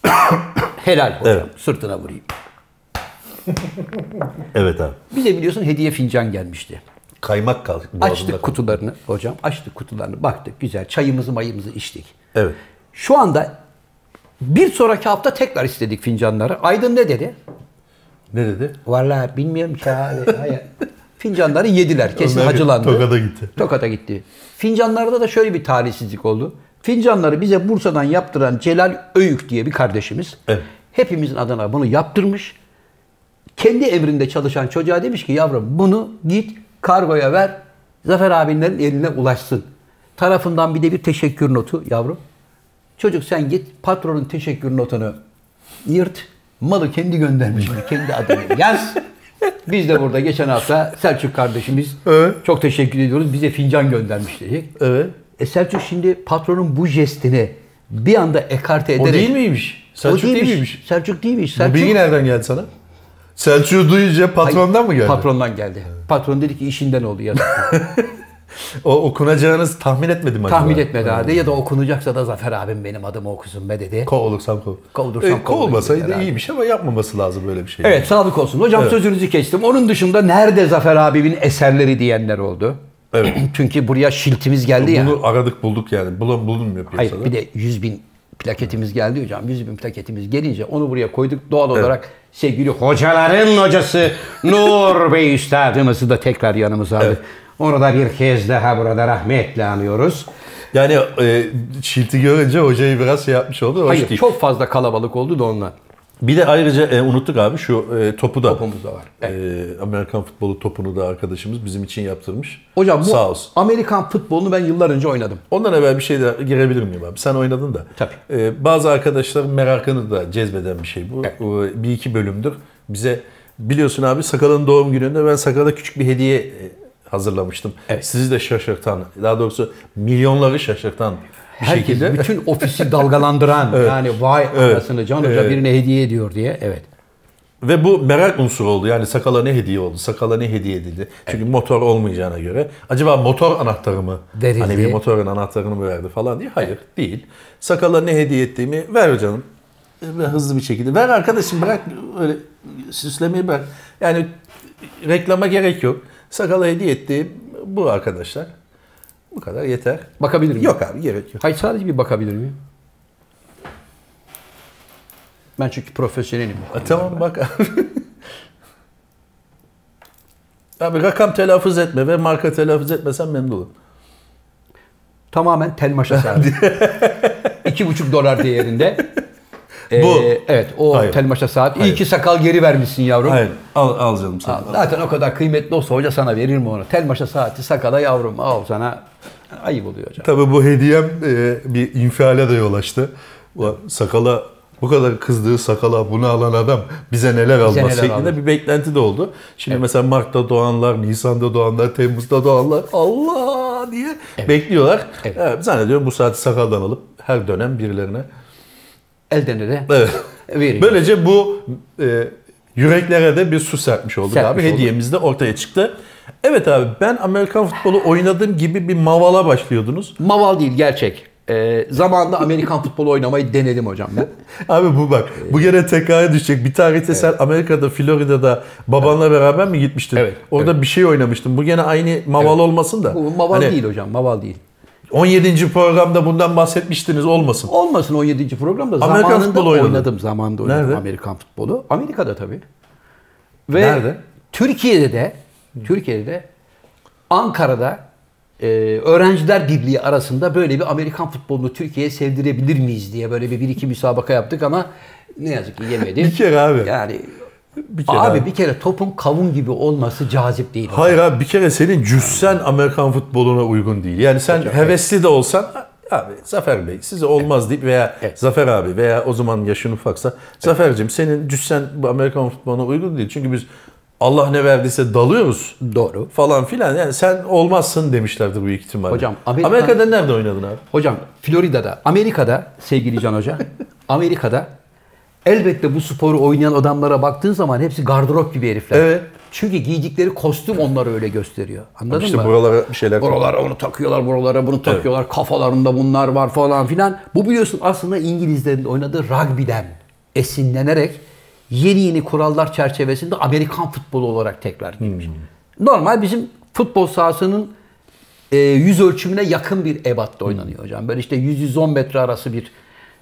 Speaker 1: Helal hocam.
Speaker 2: Evet.
Speaker 1: Sırtına vurayım.
Speaker 2: Evet abi.
Speaker 1: Bize biliyorsun hediye fincan gelmişti.
Speaker 2: Kaymak kaldı. boğazımda.
Speaker 1: Açtık kutularını hocam. Açtık kutularını. Baktık güzel. Çayımızı mayımızı içtik.
Speaker 2: Evet.
Speaker 1: Şu anda bir sonraki hafta tekrar istedik fincanları. Aydın ne dedi?
Speaker 2: Ne dedi?
Speaker 1: Vallahi bilmiyorum ki abi. Hayır. Fincanları yediler. Kesin
Speaker 2: Onlar
Speaker 1: hacılandı.
Speaker 2: Tokat'a gitti.
Speaker 1: Tokat'a gitti. Fincanlarda da şöyle bir talihsizlik oldu. Fincanları bize Bursa'dan yaptıran Celal Öyük diye bir kardeşimiz.
Speaker 2: Evet.
Speaker 1: Hepimizin adına bunu yaptırmış. Kendi emrinde çalışan çocuğa demiş ki yavrum bunu git kargoya ver. Zafer abinlerin eline ulaşsın. Tarafından bir de bir teşekkür notu yavrum. Çocuk sen git patronun teşekkür notunu yırt. Malı kendi göndermiş. kendi adını yaz. Biz de burada geçen hafta Selçuk kardeşimiz
Speaker 2: Evet.
Speaker 1: çok teşekkür ediyoruz. Bize fincan göndermiş dedik.
Speaker 2: Evet.
Speaker 1: E Selçuk şimdi patronun bu jestini bir anda ekarte
Speaker 2: O
Speaker 1: ederek...
Speaker 2: değil miymiş? Selçuk
Speaker 1: O
Speaker 2: değil miymiş?
Speaker 1: Selçuk değilmiş.
Speaker 2: Bu
Speaker 1: Selçuk...
Speaker 2: bilgi nereden geldi sana? Selçuk'u duyunca patrondan mı geldi?
Speaker 1: Patrondan geldi. Patron dedi ki işinden oldu ya.
Speaker 2: O okunacağınız tahmin etmedim acaba?
Speaker 1: Tahmin etmedi herhalde ya da okunacaksa da Zafer abim benim adımı okusun be dedi.
Speaker 2: Kovulursam kov.
Speaker 1: Kovulursam
Speaker 2: E, kovulmasaydı
Speaker 1: kovulur
Speaker 2: iyiymiş ama yapmaması lazım böyle bir şey.
Speaker 1: Evet sağlık olsun. Hocam sözünüzü kestim. Onun dışında nerede Zafer abimin eserleri diyenler oldu.
Speaker 2: Evet.
Speaker 1: Çünkü buraya şiltimiz geldi ya.
Speaker 2: Bunu aradık bulduk yani. Bulan bulunmuyor piyasada.
Speaker 1: Hayır bir de 100 bin plaketimiz geldi hocam. 100 bin plaketimiz gelince onu buraya koyduk. Doğal olarak sevgili hocaların hocası Nur Bey Üstadımızı da tekrar yanımıza aldık. Onu da bir kez daha burada rahmetle anıyoruz.
Speaker 2: Yani e, çilti görünce hocayı biraz şey yapmış oldu. Hoş
Speaker 1: Hayır
Speaker 2: değil.
Speaker 1: çok fazla kalabalık oldu da ondan.
Speaker 2: Bir de ayrıca e, unuttuk abi şu e, topu da.
Speaker 1: Topumuz da var.
Speaker 2: E, Amerikan futbolu topunu da arkadaşımız bizim için yaptırmış.
Speaker 1: Hocam bu
Speaker 2: Sağ olsun.
Speaker 1: Amerikan futbolunu ben yıllar önce oynadım.
Speaker 2: Ondan evvel bir şey de girebilir miyim abi? Sen oynadın da.
Speaker 1: Tabii.
Speaker 2: Ee, bazı arkadaşların merakını da cezbeden bir şey bu.
Speaker 1: Evet.
Speaker 2: Ee, Bir iki bölümdür. Bize biliyorsun abi Sakal'ın doğum gününde ben Sakal'a küçük bir hediye e, hazırlamıştım.
Speaker 1: Evet.
Speaker 2: Sizi de şaşırtan, daha doğrusu milyonları şaşırtan bir
Speaker 1: Herkes
Speaker 2: şekilde.
Speaker 1: bütün ofisi dalgalandıran yani vay anasını Can Hoca
Speaker 2: Evet.
Speaker 1: birine hediye ediyor diye. Evet.
Speaker 2: Ve bu merak unsuru oldu. Yani sakala ne hediye oldu? Sakala ne hediye edildi? Çünkü motor olmayacağına göre. Acaba motor anahtarı mı?
Speaker 1: Verildi.
Speaker 2: Hani bir motorun anahtarını mı verdi falan diye. Hayır değil. Sakala ne hediye ettiğimi ver canım. E, Ve hızlı bir şekilde. Ver arkadaşım bırak öyle süslemeyi bırak. Yani reklama gerek yok. Sakala hediye ettiğim bu arkadaşlar. Bu kadar yeter.
Speaker 1: Bakabilir miyim?
Speaker 2: Yok abi gerek yok.
Speaker 1: Hayır sadece bir bakabilir miyim? Ben çünkü profesyonelim.
Speaker 2: Ha, E, tamam bak abi. abi rakam telaffuz etme ve marka telaffuz etmesen memnun olurum.
Speaker 1: Tamamen tel maşa sardı. İki buçuk dolar değerinde. Ee,
Speaker 2: Bu.
Speaker 1: Evet o
Speaker 2: Hayır.
Speaker 1: tel maşa saat. İyi
Speaker 2: Hayır.
Speaker 1: ki sakal geri vermişsin yavrum.
Speaker 2: Hayır al, al canım sen.
Speaker 1: Al, Zaten o kadar kıymetli olsa hoca sana verir mi onu? Tel maşa saati sakala yavrum al sana. Ayıp oluyor hocam.
Speaker 2: Tabii bu hediyem e, bir infiale de yol açtı. Bu Sakala bu kadar kızdığı sakala bunu alan adam bize neler almaz
Speaker 1: neler
Speaker 2: şeklinde
Speaker 1: alır.
Speaker 2: bir beklenti de oldu. Şimdi mesela Mart'ta doğanlar, Nisan'da doğanlar, Temmuz'da doğanlar Allah diye bekliyorlar.
Speaker 1: Evet.
Speaker 2: Evet, zannediyorum bu saati sakaldan alıp her dönem birilerine.
Speaker 1: Elden ele
Speaker 2: Evet.
Speaker 1: verin.
Speaker 2: Böylece bu e, yüreklere de bir su serpmiş olduk
Speaker 1: Serpmiş
Speaker 2: abi.
Speaker 1: olduk.
Speaker 2: Hediyemiz de ortaya çıktı. Evet abi ben Amerikan futbolu oynadığım gibi bir mavala başlıyordunuz.
Speaker 1: Maval değil gerçek. Ee, zamanında Amerikan futbolu oynamayı denedim hocam ben.
Speaker 2: Abi bu bak
Speaker 1: Ee,
Speaker 2: bu gene tekrara düşecek. Bir tarihte sen Amerika'da Florida'da babanla beraber mi gitmiştin?
Speaker 1: Evet,
Speaker 2: Orada bir şey oynamıştın. Bu gene aynı maval olmasın da.
Speaker 1: Bu maval
Speaker 2: Hani
Speaker 1: değil hocam maval değil.
Speaker 2: 17. programda bundan bahsetmiştiniz olmasın.
Speaker 1: Olmasın 17. programda
Speaker 2: Amerikan
Speaker 1: zamanında
Speaker 2: futbolu
Speaker 1: oynadım.
Speaker 2: oynadın.
Speaker 1: Zamanında oynadım
Speaker 2: Nerede?
Speaker 1: Amerikan futbolu. Amerika'da tabii. Ve
Speaker 2: Nerede?
Speaker 1: Türkiye'de de Türkiye'de de Ankara'da e, öğrenciler birliği arasında böyle bir Amerikan futbolunu Türkiye'ye sevdirebilir miyiz diye böyle bir, bir iki müsabaka yaptık ama ne yazık ki yemedi.
Speaker 2: Bir kere abi.
Speaker 1: Yani
Speaker 2: Bir kere
Speaker 1: abi,
Speaker 2: abi.
Speaker 1: bir kere topun kavun gibi olması cazip değil.
Speaker 2: Hayır abi bir kere senin cüssen Amerikan futboluna uygun değil. Yani sen hevesli de olsan abi Zafer Bey size olmaz deyip veya
Speaker 1: Evet.
Speaker 2: Zafer abi veya o zaman yaşın ufaksa Zafer'cim senin cüssen bu Amerikan futboluna uygun değil. Çünkü biz Allah ne verdiyse dalıyoruz
Speaker 1: Doğru.
Speaker 2: falan filan. Yani sen olmazsın demişlerdi bu ihtimalle.
Speaker 1: Hocam, Amerika-
Speaker 2: Amerika'da nerede oynadın abi?
Speaker 1: Hocam Florida'da, Amerika'da sevgili Can Hoca, Amerika'da elbette bu sporu oynayan adamlara baktığın zaman hepsi gardırop gibi herifler.
Speaker 2: Evet.
Speaker 1: Çünkü giydikleri kostüm onları öyle gösteriyor. Anladın
Speaker 2: İşte
Speaker 1: mı?
Speaker 2: buralara bir şeyler
Speaker 1: Buralara onu takıyorlar, buralara bunu takıyorlar. Kafalarında bunlar var falan filan. Bu biliyorsun aslında İngilizlerin de oynadığı rugby'den esinlenerek yeni yeni kurallar çerçevesinde Amerikan futbolu olarak tekrar girmiş.
Speaker 2: Hmm.
Speaker 1: Normal bizim futbol sahasının e, yüz ölçümüne yakın bir ebatta oynanıyor hocam. Böyle işte 100-110 metre arası bir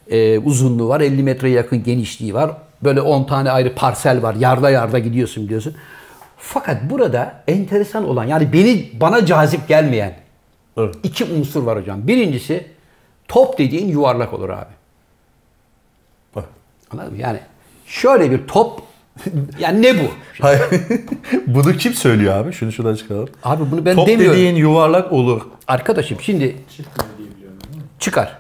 Speaker 1: e, uzunluğu var. 50 metreye yakın genişliği var. Böyle 10 tane ayrı parsel var. Yarda yarda gidiyorsun biliyorsun. Fakat burada enteresan olan yani beni bana cazip gelmeyen
Speaker 2: Evet.
Speaker 1: iki unsur var hocam. Birincisi top dediğin yuvarlak olur abi.
Speaker 2: Bak.
Speaker 1: Anladın mı? Yani şöyle bir top yani ne bu?
Speaker 2: Hayır. Bunu kim söylüyor abi? Şunu şuradan çıkaralım.
Speaker 1: Abi bunu ben
Speaker 2: Top
Speaker 1: demiyorum.
Speaker 2: dediğin yuvarlak olur.
Speaker 1: Arkadaşım şimdi
Speaker 3: Çıkmıyor diye biliyorum değil mi?
Speaker 1: çıkar.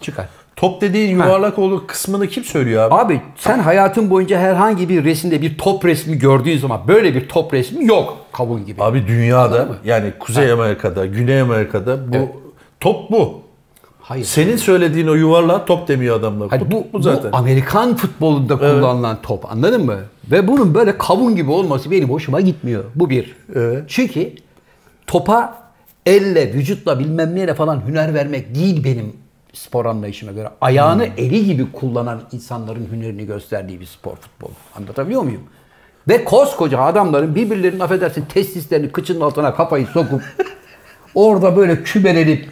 Speaker 1: Çıkar.
Speaker 2: Top dediğin yuvarlak olur kısmını kim söylüyor abi?
Speaker 1: Abi sen hayatın boyunca herhangi bir resimde bir top resmi gördüğün zaman böyle bir top resmi yok kavun gibi.
Speaker 2: Abi dünyada yani Kuzey Amerika'da, Güney Amerika'da bu top bu.
Speaker 1: Hayır.
Speaker 2: Senin söylediğin o yuvarlağa top demiyor adamlar.
Speaker 1: Hani
Speaker 2: top
Speaker 1: bu,
Speaker 2: bu,
Speaker 1: bu
Speaker 2: zaten.
Speaker 1: Amerikan futbolunda kullanılan top anladın mı? Ve bunun böyle kavun gibi olması benim hoşuma gitmiyor. Bu bir.
Speaker 2: Evet.
Speaker 1: Çünkü topa elle, vücutla bilmem neyle falan hüner vermek değil benim spor anlayışıma göre. Ayağını
Speaker 2: Hmm.
Speaker 1: eli gibi kullanan insanların hünerini gösterdiği bir spor futbolu. Anlatabiliyor muyum? Ve koskoca adamların birbirlerinin affedersin testislerini kıçının altına kafayı sokup orada böyle kümelenip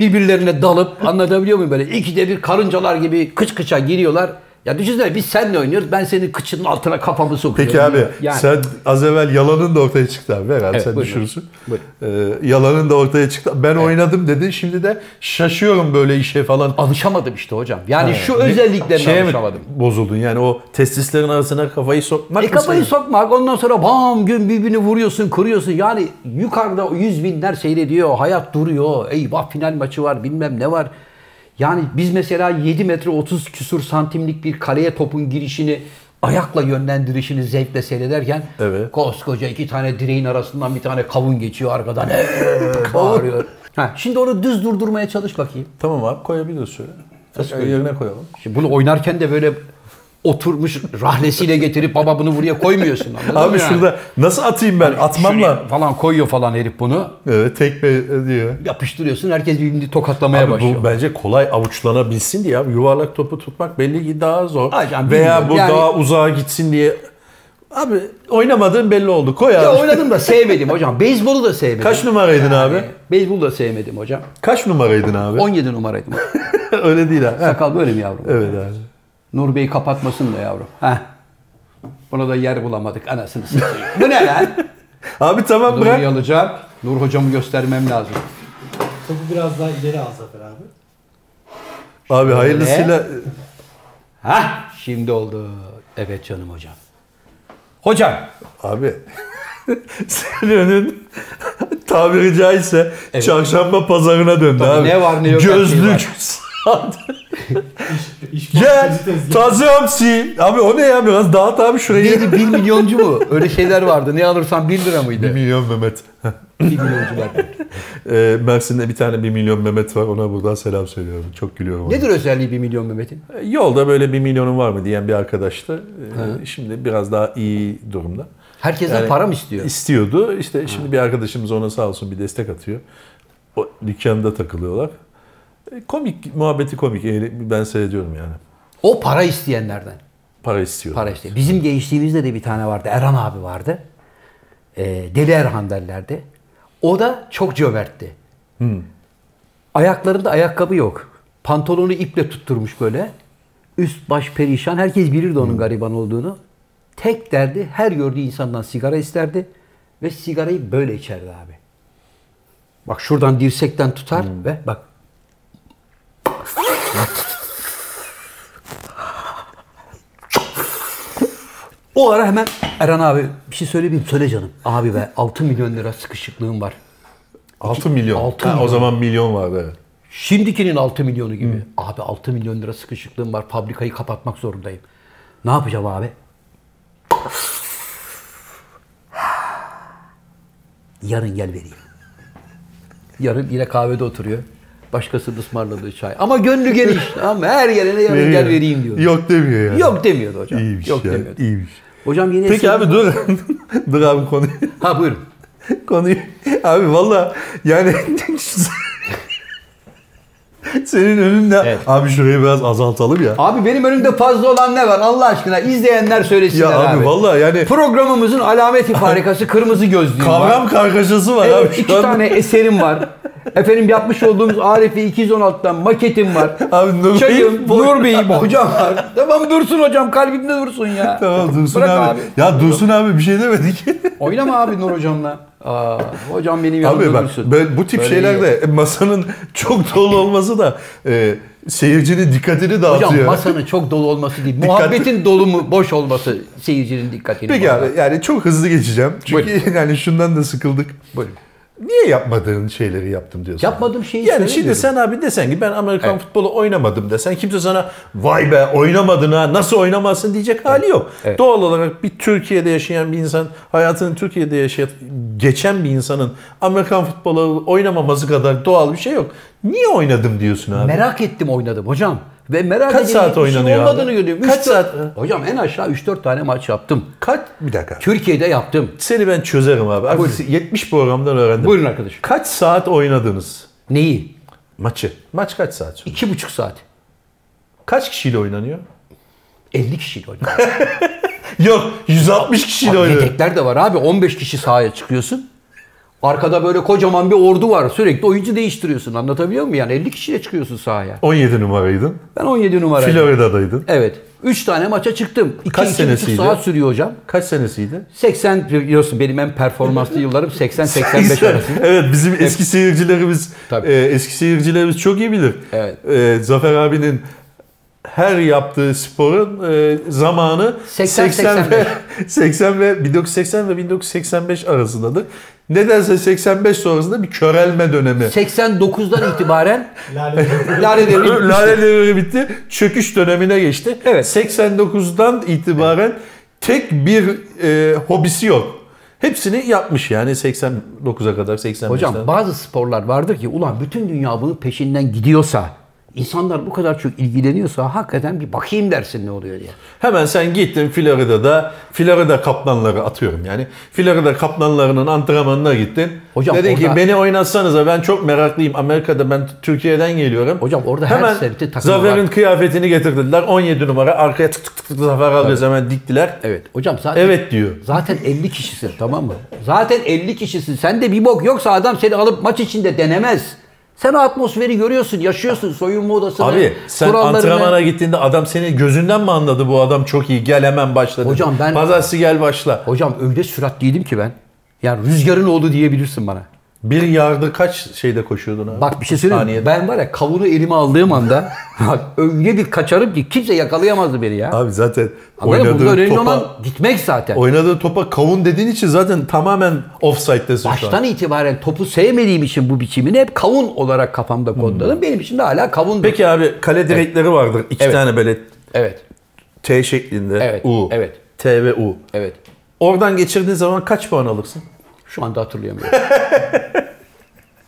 Speaker 1: birbirlerine dalıp anlatabiliyor muyum böyle? İkide bir karıncalar gibi kıç kıça giriyorlar. Ya düşünsene biz seninle oynuyoruz. Ben senin kıçının altına kafamı sokuyorum.
Speaker 2: Peki abi
Speaker 1: Yani-
Speaker 2: sen az evvel yalanın da ortaya çıktı abi. Herhalde
Speaker 1: Evet,
Speaker 2: sen
Speaker 1: buyurun.
Speaker 2: düşürürsün.
Speaker 1: Buyurun.
Speaker 2: Ee, yalanın da ortaya çıktı. Ben oynadım dedin şimdi de şaşıyorum böyle işe falan.
Speaker 1: Alışamadım işte hocam. Yani şu
Speaker 2: Ne-
Speaker 1: özelliklerine
Speaker 2: şeye mi
Speaker 1: alışamadım.
Speaker 2: bozuldun yani o testislerin arasına kafayı sokmak
Speaker 1: E
Speaker 2: mı
Speaker 1: kafayı
Speaker 2: senin?
Speaker 1: sokmak ondan sonra bam gün birbirini vuruyorsun kırıyorsun. Yani yukarıda o yüz binler seyrediyor. Hayat duruyor. Eyvah final maçı var bilmem ne var. Yani biz mesela 7 metre 30 küsur santimlik bir kaleye topun girişini ayakla yönlendirişini zevkle seyrederken
Speaker 2: Evet.
Speaker 1: koskoca iki tane direğin arasından bir tane kavun geçiyor arkadan "Ee!" bağırıyor. Ha, şimdi onu düz durdurmaya çalış bakayım.
Speaker 2: Tamam abi koyabiliriz şöyle. Fıstığı yerine koyalım.
Speaker 1: Şimdi bunu oynarken de böyle oturmuş rahlesiyle getirip baba bunu buraya koymuyorsun. anladın mı
Speaker 2: Abi
Speaker 1: yani? Hani
Speaker 2: şurada nasıl atayım ben? Atmamla.
Speaker 1: Şuraya falan koyuyor falan herif bunu.
Speaker 2: Evet tekme e, diyor.
Speaker 1: Yapıştırıyorsun herkes birbirini tokatlamaya
Speaker 2: Abi
Speaker 1: başlıyor.
Speaker 2: bu bence kolay avuçlanabilsin diye abi yuvarlak topu tutmak belli ki daha zor.
Speaker 1: Ay canım,
Speaker 2: Veya
Speaker 1: bilmiyorum.
Speaker 2: bu
Speaker 1: Yani-
Speaker 2: daha uzağa gitsin diye. Abi oynamadığın belli oldu. Koy abi.
Speaker 1: Ya oynadım da sevmedim hocam. Beyzbolu da sevmedim. Ee,
Speaker 2: Kaç numaraydın abi?
Speaker 1: Beyzbolu da sevmedim hocam.
Speaker 2: Kaç numaraydın abi?
Speaker 1: 17 numaraydım.
Speaker 2: Öyle değil abi. Ha,
Speaker 1: Sakal böyle mi yavrum?
Speaker 2: Evet abi.
Speaker 1: Nur Bey kapatmasın da yavrum. Heh. Buna da yer bulamadık anasını satayım. Bu ne lan?
Speaker 2: Abi tamam
Speaker 1: Nur'u
Speaker 2: bırak.
Speaker 1: alacağım. Nur hocamı göstermem lazım.
Speaker 3: Topu biraz daha ileri al Zafer abi.
Speaker 2: Abi hayırlısıyla
Speaker 1: Hah şimdi oldu. Evet canım hocam. Hocam.
Speaker 2: Abi senin önün tabiri caizse çarşamba pazarına döndü
Speaker 1: Tabii,
Speaker 2: abi.
Speaker 1: ne var ne yok her şey
Speaker 2: Gözlük.
Speaker 1: var.
Speaker 2: saat.
Speaker 3: İş, iş
Speaker 2: Gel
Speaker 3: tezi-
Speaker 2: taze hamsi. Abi o ne ya biraz dağıt abi şurayı.
Speaker 1: Neydi 1 milyoncu mu? Öyle şeyler vardı. Ne alırsan 1 lira mıydı?
Speaker 2: 1 milyon Mehmet.
Speaker 1: 1 milyoncular.
Speaker 2: Ee, Mersin'de bir tane 1 milyon Mehmet var ona buradan selam söylüyorum. Çok gülüyorum. ona.
Speaker 1: Nedir özelliği 1 milyon Mehmet'in?
Speaker 2: Ee, Yolda böyle 1 milyonun var mı diyen bir arkadaştı. Ee, Şimdi biraz daha iyi durumda.
Speaker 1: Herkesten
Speaker 2: Yani-
Speaker 1: para mı istiyor?
Speaker 2: İstiyordu. İşte şimdi bir arkadaşımız ona sağ olsun bir destek atıyor. O dükkanda takılıyorlar. E, Komik, muhabbeti komik. Eğlen- Ben seyrediyorum yani.
Speaker 1: O para isteyenlerden.
Speaker 2: Para istiyor.
Speaker 1: Para işte. Bizim gençliğimizde de bir tane vardı. Erhan abi vardı. Ee, Deli Erhan derlerdi. O da çok cömertti. Ayaklarında ayakkabı yok. Pantolonu iple tutturmuş böyle. Üst baş perişan. Herkes bilirdi onun gariban olduğunu. Tek derdi her gördüğü insandan sigara isterdi. Ve sigarayı böyle içerdi abi. Bak şuradan dirsekten tutar ve bak. O ara hemen Erhan abi bir şey söyleyebilir miyim? Söyle canım. Abi be 6 milyon lira sıkışıklığım var.
Speaker 2: 6 milyon.
Speaker 1: Altı
Speaker 2: Ha,
Speaker 1: milyon.
Speaker 2: O zaman milyon vardı. evet.
Speaker 1: Şimdikinin 6 milyonu gibi. Abi 6 milyon lira sıkışıklığım var. Fabrikayı kapatmak zorundayım. Ne yapacağım abi? Yarın gel vereyim. Yarın yine kahvede oturuyor. Başkasının ısmarladığı çay. Ama gönlü geniş. Ama her gelene yarın gel vereyim diyor.
Speaker 2: Yok demiyor yani. şey
Speaker 1: Yok demiyordu hocam.
Speaker 2: İyiymiş
Speaker 1: Yok
Speaker 2: ya.
Speaker 1: demiyordu.
Speaker 2: iyiymiş.
Speaker 1: Hocam yine
Speaker 2: Peki abi dur. dur abi konuyu.
Speaker 1: Ha buyurun.
Speaker 2: konuyu. Abi valla yani senin önünde abi şurayı biraz azaltalım ya.
Speaker 1: Abi benim önümde fazla olan ne var Allah aşkına izleyenler söylesinler
Speaker 2: Ya
Speaker 1: abi.
Speaker 2: abi valla yani
Speaker 1: Programımızın alameti farikası kırmızı gözlüğüm var.
Speaker 2: kavram kargaşası var
Speaker 1: Evet,
Speaker 2: abi. şu
Speaker 1: iki
Speaker 2: an.
Speaker 1: tane eserim var. Efendim yapmış olduğumuz Arif'i 216'dan maketim var.
Speaker 2: Abi Nur
Speaker 1: Çayım,
Speaker 2: Bey-
Speaker 1: şey Nur Bey'im hocam var. Tamam dursun hocam kalbimde dursun ya.
Speaker 2: Tamam Dursun
Speaker 1: Bırak
Speaker 2: abi. Ya Dursun abi bir şey demedik.
Speaker 1: Oynama abi Nur hocamla. Aa, hocam benim yanımda
Speaker 2: abi bak
Speaker 1: dursun.
Speaker 2: ben- bu tip
Speaker 1: Böyle
Speaker 2: şeylerde masanın çok dolu olması da e, seyircinin dikkatini dağıtıyor.
Speaker 1: Hocam masanın çok dolu olması değil. Muhabbetin dolu mu boş olması seyircinin dikkatini.
Speaker 2: Peki
Speaker 1: bağlar.
Speaker 2: abi yani çok hızlı geçeceğim. Çünkü yani şundan da sıkıldık.
Speaker 1: Buyurun.
Speaker 2: Niye yapmadığın şeyleri yaptım diyorsun?
Speaker 1: Yapmadığım şeyi
Speaker 2: Yani şimdi
Speaker 1: söylemiyorum.
Speaker 2: sen abi desen ki ben Amerikan futbolu oynamadım desen kimse sana vay be oynamadın ha nasıl oynamazsın diyecek hali yok.
Speaker 1: Evet.
Speaker 2: Doğal olarak bir Türkiye'de yaşayan bir insan hayatını Türkiye'de yaşayan geçen bir insanın Amerikan futbolu oynamaması kadar doğal bir şey yok. Niye oynadım diyorsun abi?
Speaker 1: Merak ettim oynadım hocam. Ve merak
Speaker 2: Kaç
Speaker 1: edildik
Speaker 2: saat
Speaker 1: bir şey
Speaker 2: oynanıyor abi?
Speaker 1: olmadığını görüyorum. Üç
Speaker 2: Kaç
Speaker 1: dört-
Speaker 2: saat?
Speaker 1: Hocam en aşağı 3-4 tane maç yaptım.
Speaker 2: Kaç bir dakika.
Speaker 1: Türkiye'de yaptım.
Speaker 2: Seni ben çözerim abi. Abi
Speaker 1: Buyurun.
Speaker 2: 70 programdan öğrendim.
Speaker 1: Buyurun arkadaşım.
Speaker 2: Kaç saat oynadınız
Speaker 1: Neyi?
Speaker 2: maçı? Maç kaç saat? sürdü?
Speaker 1: İki buçuk saat.
Speaker 2: Kaç kişiyle oynanıyor?
Speaker 1: 50 kişiyle oynadım.
Speaker 2: Yok 160 kişiyle
Speaker 1: Abi
Speaker 2: oynanıyor.
Speaker 1: Yedekler de var abi. 15 kişi sahaya çıkıyorsun. Arkada böyle kocaman bir ordu var. Sürekli oyuncu değiştiriyorsun. Anlatabiliyor muyum? Yani 50 kişiyle çıkıyorsun sahaya.
Speaker 2: 17 numaraydın.
Speaker 1: Ben 17 numarayım.
Speaker 2: Florida'daydın.
Speaker 1: Evet. 3 tane maça çıktım. 2
Speaker 2: Kaç senesiydi?
Speaker 1: saat sürüyor hocam.
Speaker 2: Kaç senesiydi?
Speaker 1: 80 biliyorsun benim en performanslı yıllarım 80-85 arası.
Speaker 2: evet bizim eski seyircilerimiz
Speaker 1: Tabii.
Speaker 2: e, eski seyircilerimiz çok iyi bilir.
Speaker 1: Evet.
Speaker 2: E, Zafer abinin her yaptığı sporun e, zamanı
Speaker 1: 80,
Speaker 2: 80 ve 80 ve 1980 ve 1985 arasındadır. Nedense 85 sonrasında bir körelme dönemi.
Speaker 1: 89'dan itibaren
Speaker 3: Lale
Speaker 1: Lale Devri
Speaker 2: Lale devri bitti. Çöküş dönemine geçti.
Speaker 1: Evet.
Speaker 2: 89'dan itibaren tek bir e, hobisi yok. Hepsini yapmış yani 89'a kadar 85'ten.
Speaker 1: Hocam bazı sporlar vardır ki ulan bütün dünya bunun peşinden gidiyorsa, insanlar bu kadar çok ilgileniyorsa hakikaten bir bakayım dersin ne oluyor diye.
Speaker 2: Hemen sen gittin Florida'da, Florida kaplanları atıyorum yani. Florida kaplanlarının antrenmanına gittin.
Speaker 1: Hocam
Speaker 2: Dedin ki
Speaker 1: orada-
Speaker 2: beni oynatsanıza ben çok meraklıyım. Amerika'da ben Türkiye'den geliyorum.
Speaker 1: Hocam orada her
Speaker 2: hemen
Speaker 1: semti takımı
Speaker 2: Zafer'in
Speaker 1: var.
Speaker 2: kıyafetini getirdiler. 17 numara arkaya tık tık tık tık Zafer alıyoruz hemen diktiler.
Speaker 1: Evet hocam zaten
Speaker 2: Evet diyor.
Speaker 1: zaten 50 kişisin tamam mı? Zaten 50 kişisin. Sen de bir bok yoksa adam seni alıp maç içinde denemez. Sen o atmosferi görüyorsun, yaşıyorsun soyunma odasını,
Speaker 2: Abi sen
Speaker 1: kurallarını.
Speaker 2: antrenmana gittiğinde adam seni gözünden mi anladı bu adam çok iyi gel hemen başla dedi.
Speaker 1: Hocam ben-
Speaker 2: Pazartesi gel başla.
Speaker 1: Hocam öyle süratliydim ki ben. Yani rüzgarın oğlu diyebilirsin bana.
Speaker 2: Bir yardı kaç şeyde koşuyordun abi?
Speaker 1: Bak bir şey söyleyeyim. mi?
Speaker 2: Saniyede.
Speaker 1: Ben var ya kavunu elime aldığım anda bak öyle bir kaçarım ki kimse yakalayamazdı beni ya.
Speaker 2: Abi zaten
Speaker 1: Anladın mı?
Speaker 2: oynadığın
Speaker 1: Burada önemli
Speaker 2: topa...
Speaker 1: olan gitmek zaten.
Speaker 2: Oynadığı topa kavun dediğin için zaten tamamen offside'desin şu an.
Speaker 1: Baştan itibaren topu sevmediğim için bu biçimini hep kavun olarak kafamda kodladım. Benim için de hala kavun.
Speaker 2: Hmm. Peki abi kale direkleri vardır. İki
Speaker 1: Evet.
Speaker 2: tane böyle
Speaker 1: Evet.
Speaker 2: T şeklinde.
Speaker 1: Evet,
Speaker 2: U.
Speaker 1: evet.
Speaker 2: T ve U.
Speaker 1: Evet.
Speaker 2: Oradan geçirdiğin zaman kaç puan alırsın?
Speaker 1: Şu anda hatırlayamıyorum.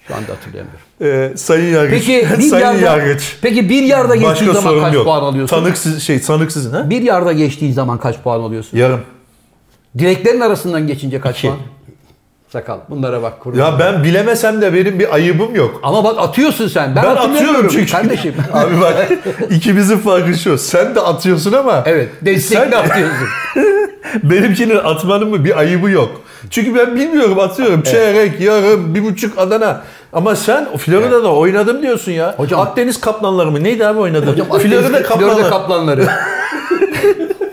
Speaker 1: Şu anda hatırlayamıyorum.
Speaker 2: Ee, sayın yargıç.
Speaker 1: Peki bir
Speaker 2: sayın
Speaker 1: yarda,
Speaker 2: yargıç.
Speaker 1: peki bir yarda geçtiğin
Speaker 2: Başka
Speaker 1: zaman
Speaker 2: sorun
Speaker 1: kaç
Speaker 2: yok.
Speaker 1: puan alıyorsun?
Speaker 2: Tanıksız şey sanıksızın ha?
Speaker 1: Bir yarda geçtiğin zaman kaç puan alıyorsun?
Speaker 2: Yarım.
Speaker 1: Direklerin arasından geçince kaç
Speaker 2: İki.
Speaker 1: puan? Sakal. Bunlara bak kurban.
Speaker 2: Ya ben bilemesem de benim bir ayıbım yok.
Speaker 1: Ama bak atıyorsun sen. Ben,
Speaker 2: Ben atıyorum
Speaker 1: hatırlamıyorum
Speaker 2: çünkü.
Speaker 1: Kardeşim.
Speaker 2: Abi bak ikimizin farkı şu. Sen de atıyorsun ama
Speaker 1: evet. Destekle
Speaker 2: Sen-
Speaker 1: atıyorsun.
Speaker 2: Benimkinin atmanın mı bir ayıbı yok. Çünkü ben bilmiyorum atıyorum çeyrek, yarım, bir buçuk Adana. Ama sen Florida'da oynadım diyorsun ya.
Speaker 1: Hocam-
Speaker 2: Akdeniz kaplanları mı? Neydi abi oynadın?
Speaker 1: Hocam
Speaker 2: Florida
Speaker 1: Akdeniz-
Speaker 2: kaplanları.
Speaker 1: Florida kaplanları.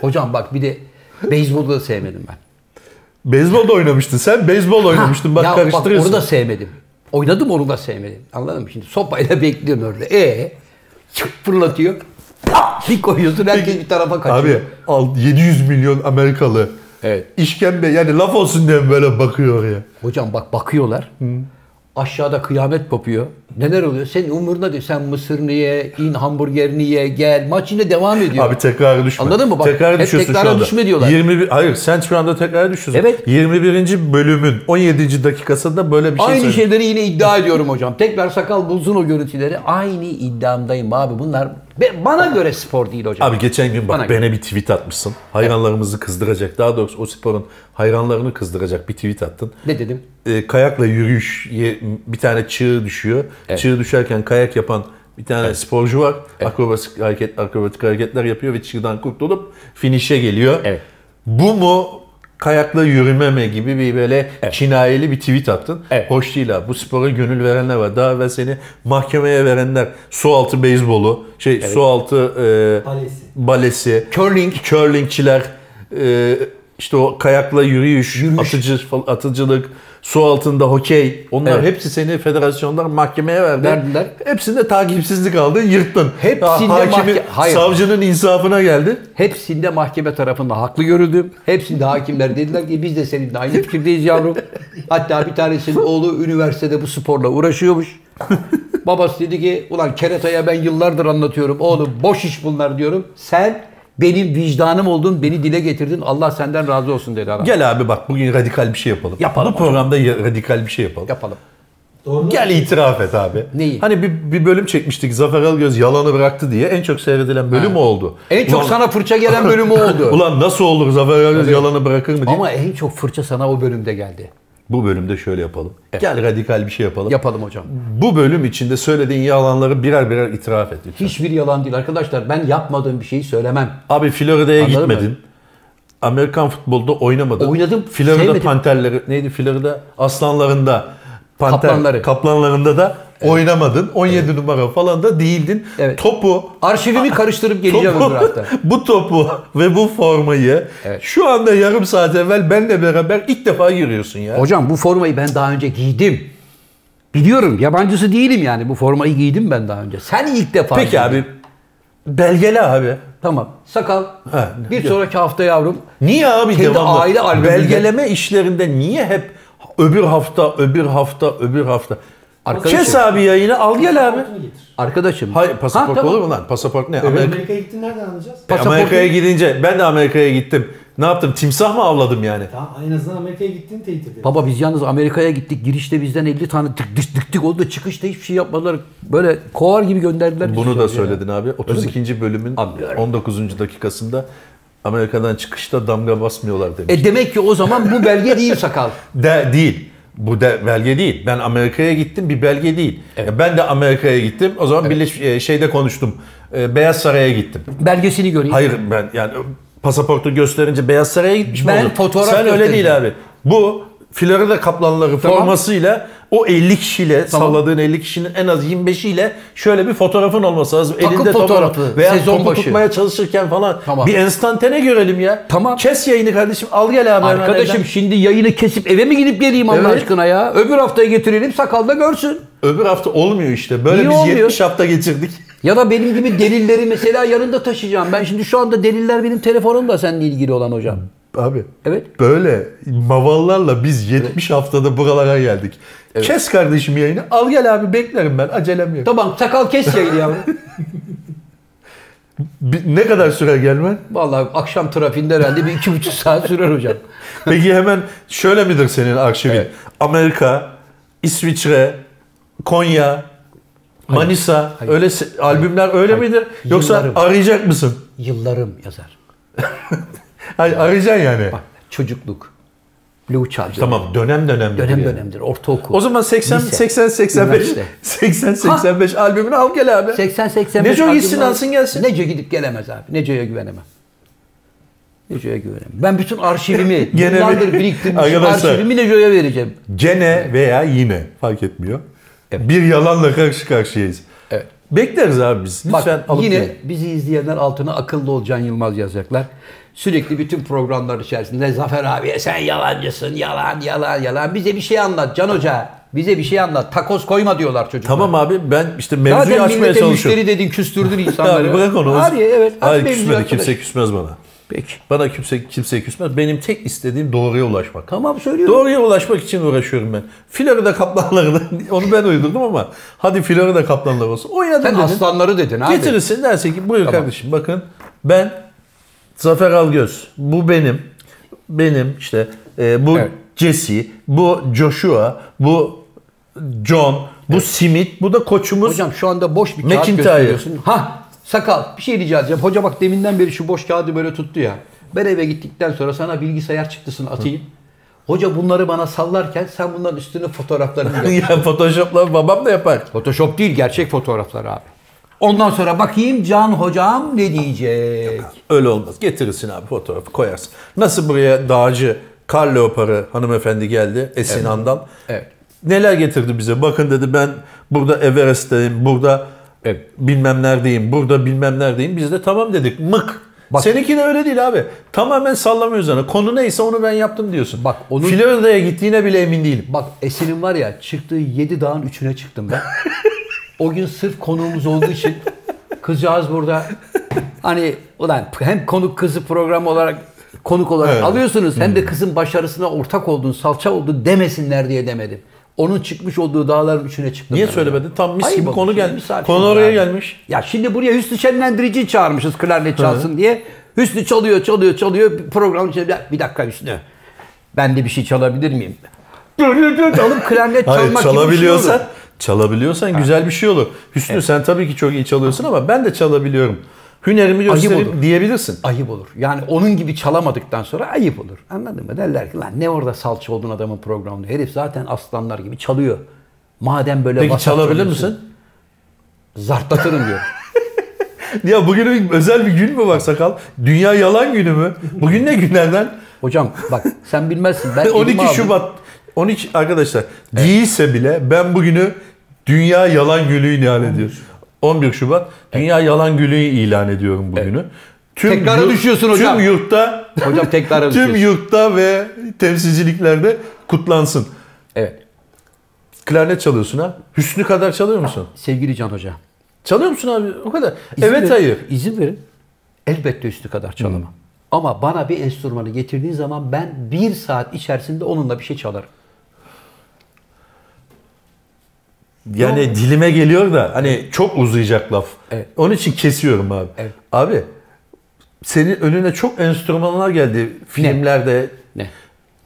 Speaker 1: Hocam bak bir de beyzbolu da sevmedim ben.
Speaker 2: beyzbol da oynamıştın. Sen beyzbol oynamıştın. Bak
Speaker 1: ya
Speaker 2: karıştırıyorsun.
Speaker 1: onu da sevmedim. Oynadım onu da sevmedim. Anladın mı? Şimdi sopayla bekliyorsun orada. E çık fırlatıyor. Ah! Bir koyuyorsun herkes bir tarafa kaçıyor.
Speaker 2: Abi al 700 milyon Amerikalı.
Speaker 1: Evet.
Speaker 2: İşkembe yani laf olsun diye böyle bakıyor ya.
Speaker 1: Hocam bak bakıyorlar. Aşağıda kıyamet kopuyor. Neler oluyor? Senin umurunda değil. Sen mısırını ye, in hamburgerini ye, gel. Maç yine devam ediyor.
Speaker 2: Abi tekrar düşme.
Speaker 1: Anladın mı? Bak,
Speaker 2: tekrar
Speaker 1: hep
Speaker 2: düşüyorsun
Speaker 1: tekrara
Speaker 2: şu anda.
Speaker 1: düşme diyorlar.
Speaker 2: 21, hayır sen şu anda tekrar düşüyorsun.
Speaker 1: Evet.
Speaker 2: 21. bölümün 17. dakikasında böyle bir şey
Speaker 1: Aynı
Speaker 2: söyledin.
Speaker 1: şeyleri yine iddia ediyorum hocam. Tekrar sakal bulsun o görüntüleri. Aynı iddiamdayım abi. Bunlar be- bana göre spor değil hocam.
Speaker 2: Abi geçen gün
Speaker 1: Bana
Speaker 2: bak
Speaker 1: göre.
Speaker 2: bana bir tweet atmışsın. Hayranlarımızı kızdıracak. Daha doğrusu o sporun hayranlarını kızdıracak bir tweet attın.
Speaker 1: Ne dedim?
Speaker 2: Ee, kayakla yürüyüş ye- bir tane çığ düşüyor. Çığ düşerken kayak yapan bir tane sporcu var. Akrobatik hareket akrobatik hareketler yapıyor ve çığdan kurtulup finişe geliyor.
Speaker 1: Evet.
Speaker 2: Bu mu kayakla yürümeme gibi bir böyle kinayeli bir tweet attın.
Speaker 1: Evet.
Speaker 2: Hoş değil abi. Bu spora gönül verenler var. Daha evvel seni mahkemeye verenler su altı beyzbolu, şey su altı e,
Speaker 3: Balesi.
Speaker 2: balesi,
Speaker 1: Curling.
Speaker 2: curlingçiler, e, işte o kayakla yürüyüş, atıcı fal- atıcılık, su altında hokey. Onlar
Speaker 1: Evet.
Speaker 2: hepsi seni federasyonlar mahkemeye verdi.
Speaker 1: Verdiler.
Speaker 2: Hepsinde takipsizlik aldın, yırttın.
Speaker 1: Hepsinde
Speaker 2: Ha- hakimi-
Speaker 1: mahke- Hayır.
Speaker 2: savcının insafına geldi.
Speaker 1: Hepsinde mahkeme tarafından haklı görüldüm. Hepsinde hakimler dediler ki biz de seninle aynı fikirdeyiz yavrum. Hatta bir tanesinin oğlu üniversitede bu sporla uğraşıyormuş. Babası dedi ki ulan kerataya ben yıllardır anlatıyorum. Oğlum boş iş bunlar diyorum. Sen benim vicdanım oldun, beni dile getirdin. Allah senden razı olsun dedi adam.
Speaker 2: Gel abi bak bugün radikal bir şey yapalım.
Speaker 1: Yapalım
Speaker 2: Bu programda ya- radikal bir şey yapalım.
Speaker 1: Yapalım.
Speaker 3: Doğru.
Speaker 2: Gel itiraf et abi.
Speaker 1: Neyi?
Speaker 2: Hani bir, bir bölüm çekmiştik Zafer Algöz yalanı bıraktı diye en çok seyredilen bölüm o oldu.
Speaker 1: En çok
Speaker 2: Ulan-
Speaker 1: sana fırça gelen bölümü oldu.
Speaker 2: Ulan nasıl olur Zafer Algöz yalanı bırakır mı diye.
Speaker 1: Ama en çok fırça sana o bölümde geldi.
Speaker 2: Bu bölümde şöyle yapalım. Gel radikal bir şey yapalım.
Speaker 1: Yapalım hocam.
Speaker 2: Bu bölüm içinde söylediğin yalanları birer birer itiraf et. lütfen.
Speaker 1: Hiçbir yalan değil arkadaşlar. Ben yapmadığım bir şeyi söylemem.
Speaker 2: Abi Florida'ya
Speaker 1: Anladın mı?
Speaker 2: gitmedin. Amerikan futbolda oynamadın.
Speaker 1: Oynadım,
Speaker 2: Florida
Speaker 1: sevmedim.
Speaker 2: panterleri neydi? Florida aslanlarında panter,
Speaker 1: Kaplanları.
Speaker 2: kaplanlarında da oynamadın. 17 numara falan da değildin.
Speaker 1: Evet.
Speaker 2: Topu
Speaker 1: Arşivimi karıştırıp geleceğim
Speaker 2: topu-
Speaker 1: öbür hafta.
Speaker 2: bu topu ve bu formayı
Speaker 1: Evet.
Speaker 2: şu anda yarım saat evvel benle beraber ilk defa giriyorsun ya.
Speaker 1: Hocam bu formayı ben daha önce giydim. Biliyorum yabancısı değilim yani bu formayı giydim ben daha önce. Sen ilk defa
Speaker 2: Peki
Speaker 1: giydin.
Speaker 2: abi Belgele abi.
Speaker 1: Tamam. Sakal.
Speaker 2: Ha,
Speaker 1: bir
Speaker 2: yok.
Speaker 1: sonraki hafta yavrum.
Speaker 2: Niye abi
Speaker 1: Kendi
Speaker 2: devamlı?
Speaker 1: aile albümünde-
Speaker 2: Belgeleme işlerinde niye hep öbür hafta, öbür hafta, öbür hafta?
Speaker 1: Arkadaşım-
Speaker 2: Kes abi yayını al gel abi.
Speaker 3: Pasaportunu getir.
Speaker 1: Arkadaşım.
Speaker 2: Hayır pasaport
Speaker 1: Ha, tamam.
Speaker 2: olur mu lan? Pasaport ne? Amerika-
Speaker 3: Amerika'ya gittin nereden anlayacağız?
Speaker 1: Pasaport-
Speaker 2: Amerika'ya gidince ben de Amerika'ya gittim. Ne yaptım? Timsah mı avladım yani?
Speaker 3: Tamam en azından Amerika'ya gittiğini teyit edelim.
Speaker 1: Baba biz yalnız Amerika'ya gittik. Girişte bizden 50 tane tık tık tık tık oldu. Çıkışta hiçbir şey yapmadılar. Böyle kovar gibi gönderdiler. şey bizi.
Speaker 2: Bunu da söyledin abi. 32. bölümün
Speaker 1: Anlıyorum.
Speaker 2: 19. dakikasında Amerika'dan çıkışta damga basmıyorlar demiş.
Speaker 1: E demek ki o zaman bu belge değil sakal.
Speaker 2: De, değil. Bu de, belge değil. Ben Amerika'ya gittim bir belge değil. Ya Ben de Amerika'ya gittim. O zaman birleş, e, şeyde konuştum. E, Beyaz Saray'a gittim.
Speaker 1: Belgesini göreyim.
Speaker 2: Hayır ben yani pasaportu gösterince Beyaz Saray'a gitmiş mi
Speaker 1: Ben
Speaker 2: olur?
Speaker 1: fotoğraf
Speaker 2: Sen öyle
Speaker 1: göstereceğim.
Speaker 2: değil abi. Bu Florida kaplanları
Speaker 1: Tamam.
Speaker 2: formasıyla o 50 kişiyle salladığın 50 kişinin en az 25'iyle şöyle bir fotoğrafın olması lazım.
Speaker 1: Takım
Speaker 2: Elinde topu-
Speaker 1: fotoğrafı,
Speaker 2: veya
Speaker 1: sezon
Speaker 2: topu
Speaker 1: başı.
Speaker 2: tutmaya çalışırken falan
Speaker 1: Tamam.
Speaker 2: bir enstantane görelim ya.
Speaker 1: Tamam.
Speaker 2: Kes yayını kardeşim al gel abi. hemen
Speaker 1: Arkadaşım
Speaker 2: elden.
Speaker 1: şimdi yayını kesip eve mi gidip geleyim Allah
Speaker 2: Evet.
Speaker 1: aşkına ya? Öbür haftaya getirelim sakal da görsün.
Speaker 2: Öbür hafta olmuyor işte. Böyle
Speaker 1: Niye
Speaker 2: biz
Speaker 1: olmuyor?
Speaker 2: 70 hafta geçirdik.
Speaker 1: Ya da benim gibi delilleri mesela yanında taşıyacağım. Ben şimdi şu anda deliller benim telefonumla seninle ilgili olan hocam.
Speaker 2: Abi
Speaker 1: Evet.
Speaker 2: böyle mavallarla biz 70 haftada buralara geldik. Kes kardeşim yayını. Al gel abi beklerim ben. Acelem yok.
Speaker 1: Tamam sakal kes yayını yavrum.
Speaker 2: Bi- Ne kadar süre gelmen?
Speaker 1: Vallahi akşam trafiğinde herhalde bir iki buçuk saat sürer hocam.
Speaker 2: Peki hemen şöyle midir senin arşivin? Amerika, İsviçre, Konya, Manisa
Speaker 1: Hayır.
Speaker 2: öyle se- albümler öyle midir? Yoksa
Speaker 1: Yıllarım.
Speaker 2: arayacak mısın?
Speaker 1: Yıllarım yazar.
Speaker 2: Hayır arayacaksın yani.
Speaker 1: Bak çocukluk. Blue Charger.
Speaker 2: Tamam dönem dönem.
Speaker 1: Dönem dönemdir. Ortaokul.
Speaker 2: O zaman 80
Speaker 1: Lise,
Speaker 2: 80 85
Speaker 1: üniversite.
Speaker 2: 80 85 albümünü al gel abi.
Speaker 1: 80 85
Speaker 2: Neco
Speaker 1: albüm
Speaker 2: gitsin,
Speaker 1: var.
Speaker 2: alsın gelsin.
Speaker 1: Neco gidip gelemez abi. Neco'ya güvenemem. Neco'ya güvenemem. Ben bütün arşivimi
Speaker 2: Gene mi?
Speaker 1: yıllardır biriktirmiş
Speaker 2: Arkadaşlar.
Speaker 1: arşivimi Neco'ya vereceğim.
Speaker 2: Gene veya yine fark etmiyor. Bir yalanla karşı karşıyayız.
Speaker 1: Evet.
Speaker 2: Bekleriz abi biz.
Speaker 1: Bak
Speaker 2: Lütfen alıp
Speaker 1: yine
Speaker 2: gelin.
Speaker 1: bizi izleyenler altına akıllı ol Can Yılmaz yazacaklar. Sürekli bütün programlar içerisinde Zafer abiye sen yalancısın, yalan, yalan, yalan. Bize bir şey anlat Can Hoca. Bize bir şey anlat. Takoz koyma diyorlar çocuklar.
Speaker 2: Tamam abi ben işte mevzuyu
Speaker 1: Zaten
Speaker 2: açmaya
Speaker 1: millete müşteri
Speaker 2: çalışıyorum.
Speaker 1: dedin, küstürdün insanları.
Speaker 2: Abi bırak onu.
Speaker 1: Hayır, evet. aç
Speaker 2: Hayır
Speaker 1: mevzuyu
Speaker 2: küsmedi.
Speaker 1: arkadaş.
Speaker 2: Kimse küsmez bana.
Speaker 1: Peki.
Speaker 2: Bana kimse kimse küsmez. Benim tek istediğim doğruya ulaşmak.
Speaker 1: Tamam söylüyorum.
Speaker 2: Doğruya ulaşmak için uğraşıyorum ben. Florida kaplanlarını onu ben uydurdum ama hadi Florida kaplanları olsun. Oynadım
Speaker 1: Sen
Speaker 2: dedim.
Speaker 1: aslanları dedin abi.
Speaker 2: Getirirsin dersin ki buyur
Speaker 1: Tamam.
Speaker 2: kardeşim bakın ben Zafer Algöz bu benim benim işte e, bu
Speaker 1: Evet.
Speaker 2: Jesse bu Joshua bu John bu Simit bu da koçumuz
Speaker 1: Hocam şu anda boş bir kağıt
Speaker 2: McIntyre.
Speaker 1: gösteriyorsun. Ha sakal bir şey rica edeceğim. Hoca bak deminden beri şu boş kağıdı böyle tuttu ya. Ben eve gittikten sonra sana bilgisayar çıktısını atayım. Hoca bunları bana sallarken sen bunların üstüne fotoğraflarını yap.
Speaker 2: ya Photoshop'la babam da yapar.
Speaker 1: Photoshop değil gerçek fotoğraflar abi. Ondan sonra bakayım Can hocam ne diyecek.
Speaker 2: Öyle olmaz. Getirirsin abi fotoğrafı koyarsın. Nasıl buraya dağcı kar leoparı hanımefendi geldi Esinhan'dan.
Speaker 1: Evet.
Speaker 2: Neler getirdi bize? Bakın dedi ben burada Everest'teyim, burada
Speaker 1: Evet.
Speaker 2: bilmem neredeyim, burada bilmem neredeyim. Biz de tamam dedik. Mık.
Speaker 1: Bak-
Speaker 2: Seninki de öyle değil abi. Tamamen sallamıyoruz sana. Konu neyse onu ben yaptım diyorsun.
Speaker 1: Bak onun-
Speaker 2: Florida'ya gittiğine bile emin değilim.
Speaker 1: Şey, Bak Esin'in var ya çıktığı 7 dağın üçüne çıktım ben. o gün sırf konuğumuz olduğu için kızcağız burada hani ulan hem konuk kızı program olarak konuk olarak
Speaker 2: Evet. Hmm.
Speaker 1: alıyorsunuz hem de kızın başarısına ortak oldun, salça oldun demesinler diye demedim. Onun çıkmış olduğu dağların üçüne çıktım.
Speaker 2: Niye
Speaker 1: ben.
Speaker 2: söylemedin? Tam mis
Speaker 1: Ayıp
Speaker 2: gibi
Speaker 1: olmuş.
Speaker 2: konu
Speaker 1: Şimdi
Speaker 2: gelmiş.
Speaker 1: misafir
Speaker 2: Konu
Speaker 1: olur
Speaker 2: oraya
Speaker 1: abi.
Speaker 2: gelmiş.
Speaker 1: Ya şimdi buraya Hüsnü Şenlendirici çağırmışız klarnet çalsın diye. Hüsnü çalıyor, çalıyor, çalıyor. Program içinde bir dakika Hüsnü. Ben de bir şey çalabilir miyim? Alıp klarnet
Speaker 2: Hayır
Speaker 1: çalmak gibi bir şey olur.
Speaker 2: çalabiliyorsan çalabiliyorsan güzel bir şey olur. Hüsnü sen tabii ki çok iyi çalıyorsun ama ben de çalabiliyorum. Hünerimi göstereyim
Speaker 1: olur.
Speaker 2: diyebilirsin.
Speaker 1: Ayıp olur. Yani onun gibi çalamadıktan sonra ayıp olur. Anladın mı? Derler ki lan ne orada salça oldun adamın programında. Herif zaten aslanlar gibi çalıyor. Madem böyle
Speaker 2: Peki
Speaker 1: vasat
Speaker 2: çalabilir
Speaker 1: çalıyorsun,
Speaker 2: misin?
Speaker 1: Zartlatırım diyor.
Speaker 2: Ya bugün bir- özel bir gün mü var sakal? Dünya yalan günü mü? Bugün ne günlerden?
Speaker 1: Hocam bak sen bilmezsin. Ben
Speaker 2: 12
Speaker 1: elime aldım.
Speaker 2: Şubat. 12 arkadaşlar değilse bile ben bugünü Dünya Yalan Günü ilan ediyorum. 11 Şubat Dünya Yalan Günü ilan ediyorum bugünü. Tüm
Speaker 1: Tekrara düşüyorsun hocam.
Speaker 2: Tüm yurtta
Speaker 1: Hocam tekrara
Speaker 2: Tüm
Speaker 1: düşüyorsun.
Speaker 2: yurtta ve temsilciliklerde kutlansın.
Speaker 1: Evet.
Speaker 2: Klarnet çalıyorsun ha. Hüsnü kadar çalıyor musun?
Speaker 1: Sevgili Can Hoca.
Speaker 2: Çalıyor musun abi? O kadar.
Speaker 1: İzin
Speaker 2: evet
Speaker 1: verin,
Speaker 2: hayır.
Speaker 1: İzin verin. Elbette üstü kadar çalamam. Ama bana bir enstrümanı getirdiğin zaman ben bir saat içerisinde onunla bir şey çalarım.
Speaker 2: Yani dilime geliyor da hani çok uzayacak laf.
Speaker 1: Evet.
Speaker 2: Onun için kesiyorum abi.
Speaker 1: Evet.
Speaker 2: Abi senin önüne çok enstrümanlar geldi filmlerde.
Speaker 1: Ne?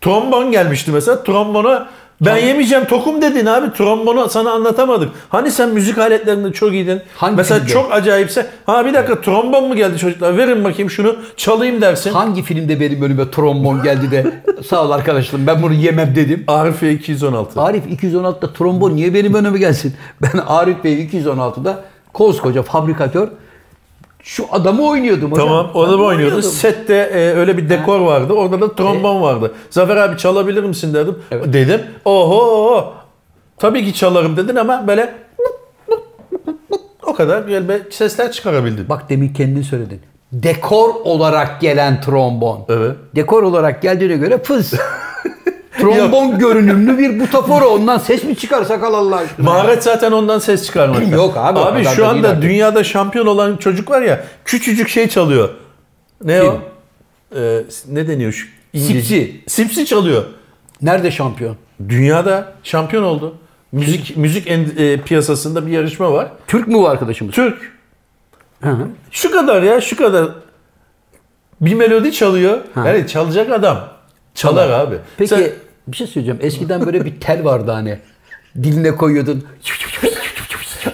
Speaker 2: Trombon gelmişti mesela. Trombona ben yemeyeceğim tokum dedin abi. Trombonu sana anlatamadık. Hani sen müzik aletlerinde çok iyiydin.
Speaker 1: Hangi
Speaker 2: mesela
Speaker 1: filmde?
Speaker 2: çok acayipse. Ha bir dakika trombon mu geldi çocuklar? Verin bakayım şunu çalayım dersin.
Speaker 1: Hangi filmde benim önüme trombon geldi de sağ ol arkadaşım ben bunu yemem dedim.
Speaker 2: Arife 216.
Speaker 1: Arif 216'da trombon niye benim önüme gelsin? Ben Arif Bey 216'da koskoca fabrikatör şu adamı oynuyordum hocam.
Speaker 2: Tamam orada
Speaker 1: Adamı
Speaker 2: mı oynuyordun?
Speaker 1: oynuyordum. E.
Speaker 2: Sette e, öyle bir dekor vardı. Orada da trombon vardı. Zafer abi çalabilir misin dedim.
Speaker 1: Evet.
Speaker 2: Dedim. Oho. Tabii ki çalarım dedin ama böyle o kadar böyle bir sesler çıkarabildin.
Speaker 1: Bak demin kendin söyledin. Dekor olarak gelen trombon.
Speaker 2: Evet.
Speaker 1: Dekor olarak geldiğine göre fıs. trombon görünümlü bir butafora. Ondan ses mi çıkar sakal Allah aşkına?
Speaker 2: Maharet zaten ondan ses çıkarmak.
Speaker 1: Yok abi, o
Speaker 2: Abi
Speaker 1: kadar
Speaker 2: şu
Speaker 1: da değil
Speaker 2: anda
Speaker 1: artık.
Speaker 2: dünyada şampiyon olan çocuk var ya küçücük şey çalıyor. Ne
Speaker 1: Kim?
Speaker 2: o? Ee, ne deniyor şu? İngilizce-
Speaker 1: Sipsi.
Speaker 2: Sipsi çalıyor.
Speaker 1: Nerede şampiyon?
Speaker 2: Dünyada şampiyon oldu. Müzik müzik en- e, piyasasında bir yarışma var.
Speaker 1: Türk mü bu arkadaşımız?
Speaker 2: Türk
Speaker 1: Hı hı.
Speaker 2: Şu kadar ya şu kadar. Bir melodi çalıyor.
Speaker 1: Ha.
Speaker 2: Yani çalacak adam. Çalar abi.
Speaker 1: Peki
Speaker 2: Sen-
Speaker 1: bir şey söyleyeceğim. Eskiden böyle bir tel vardı hani. Diline koyuyordun.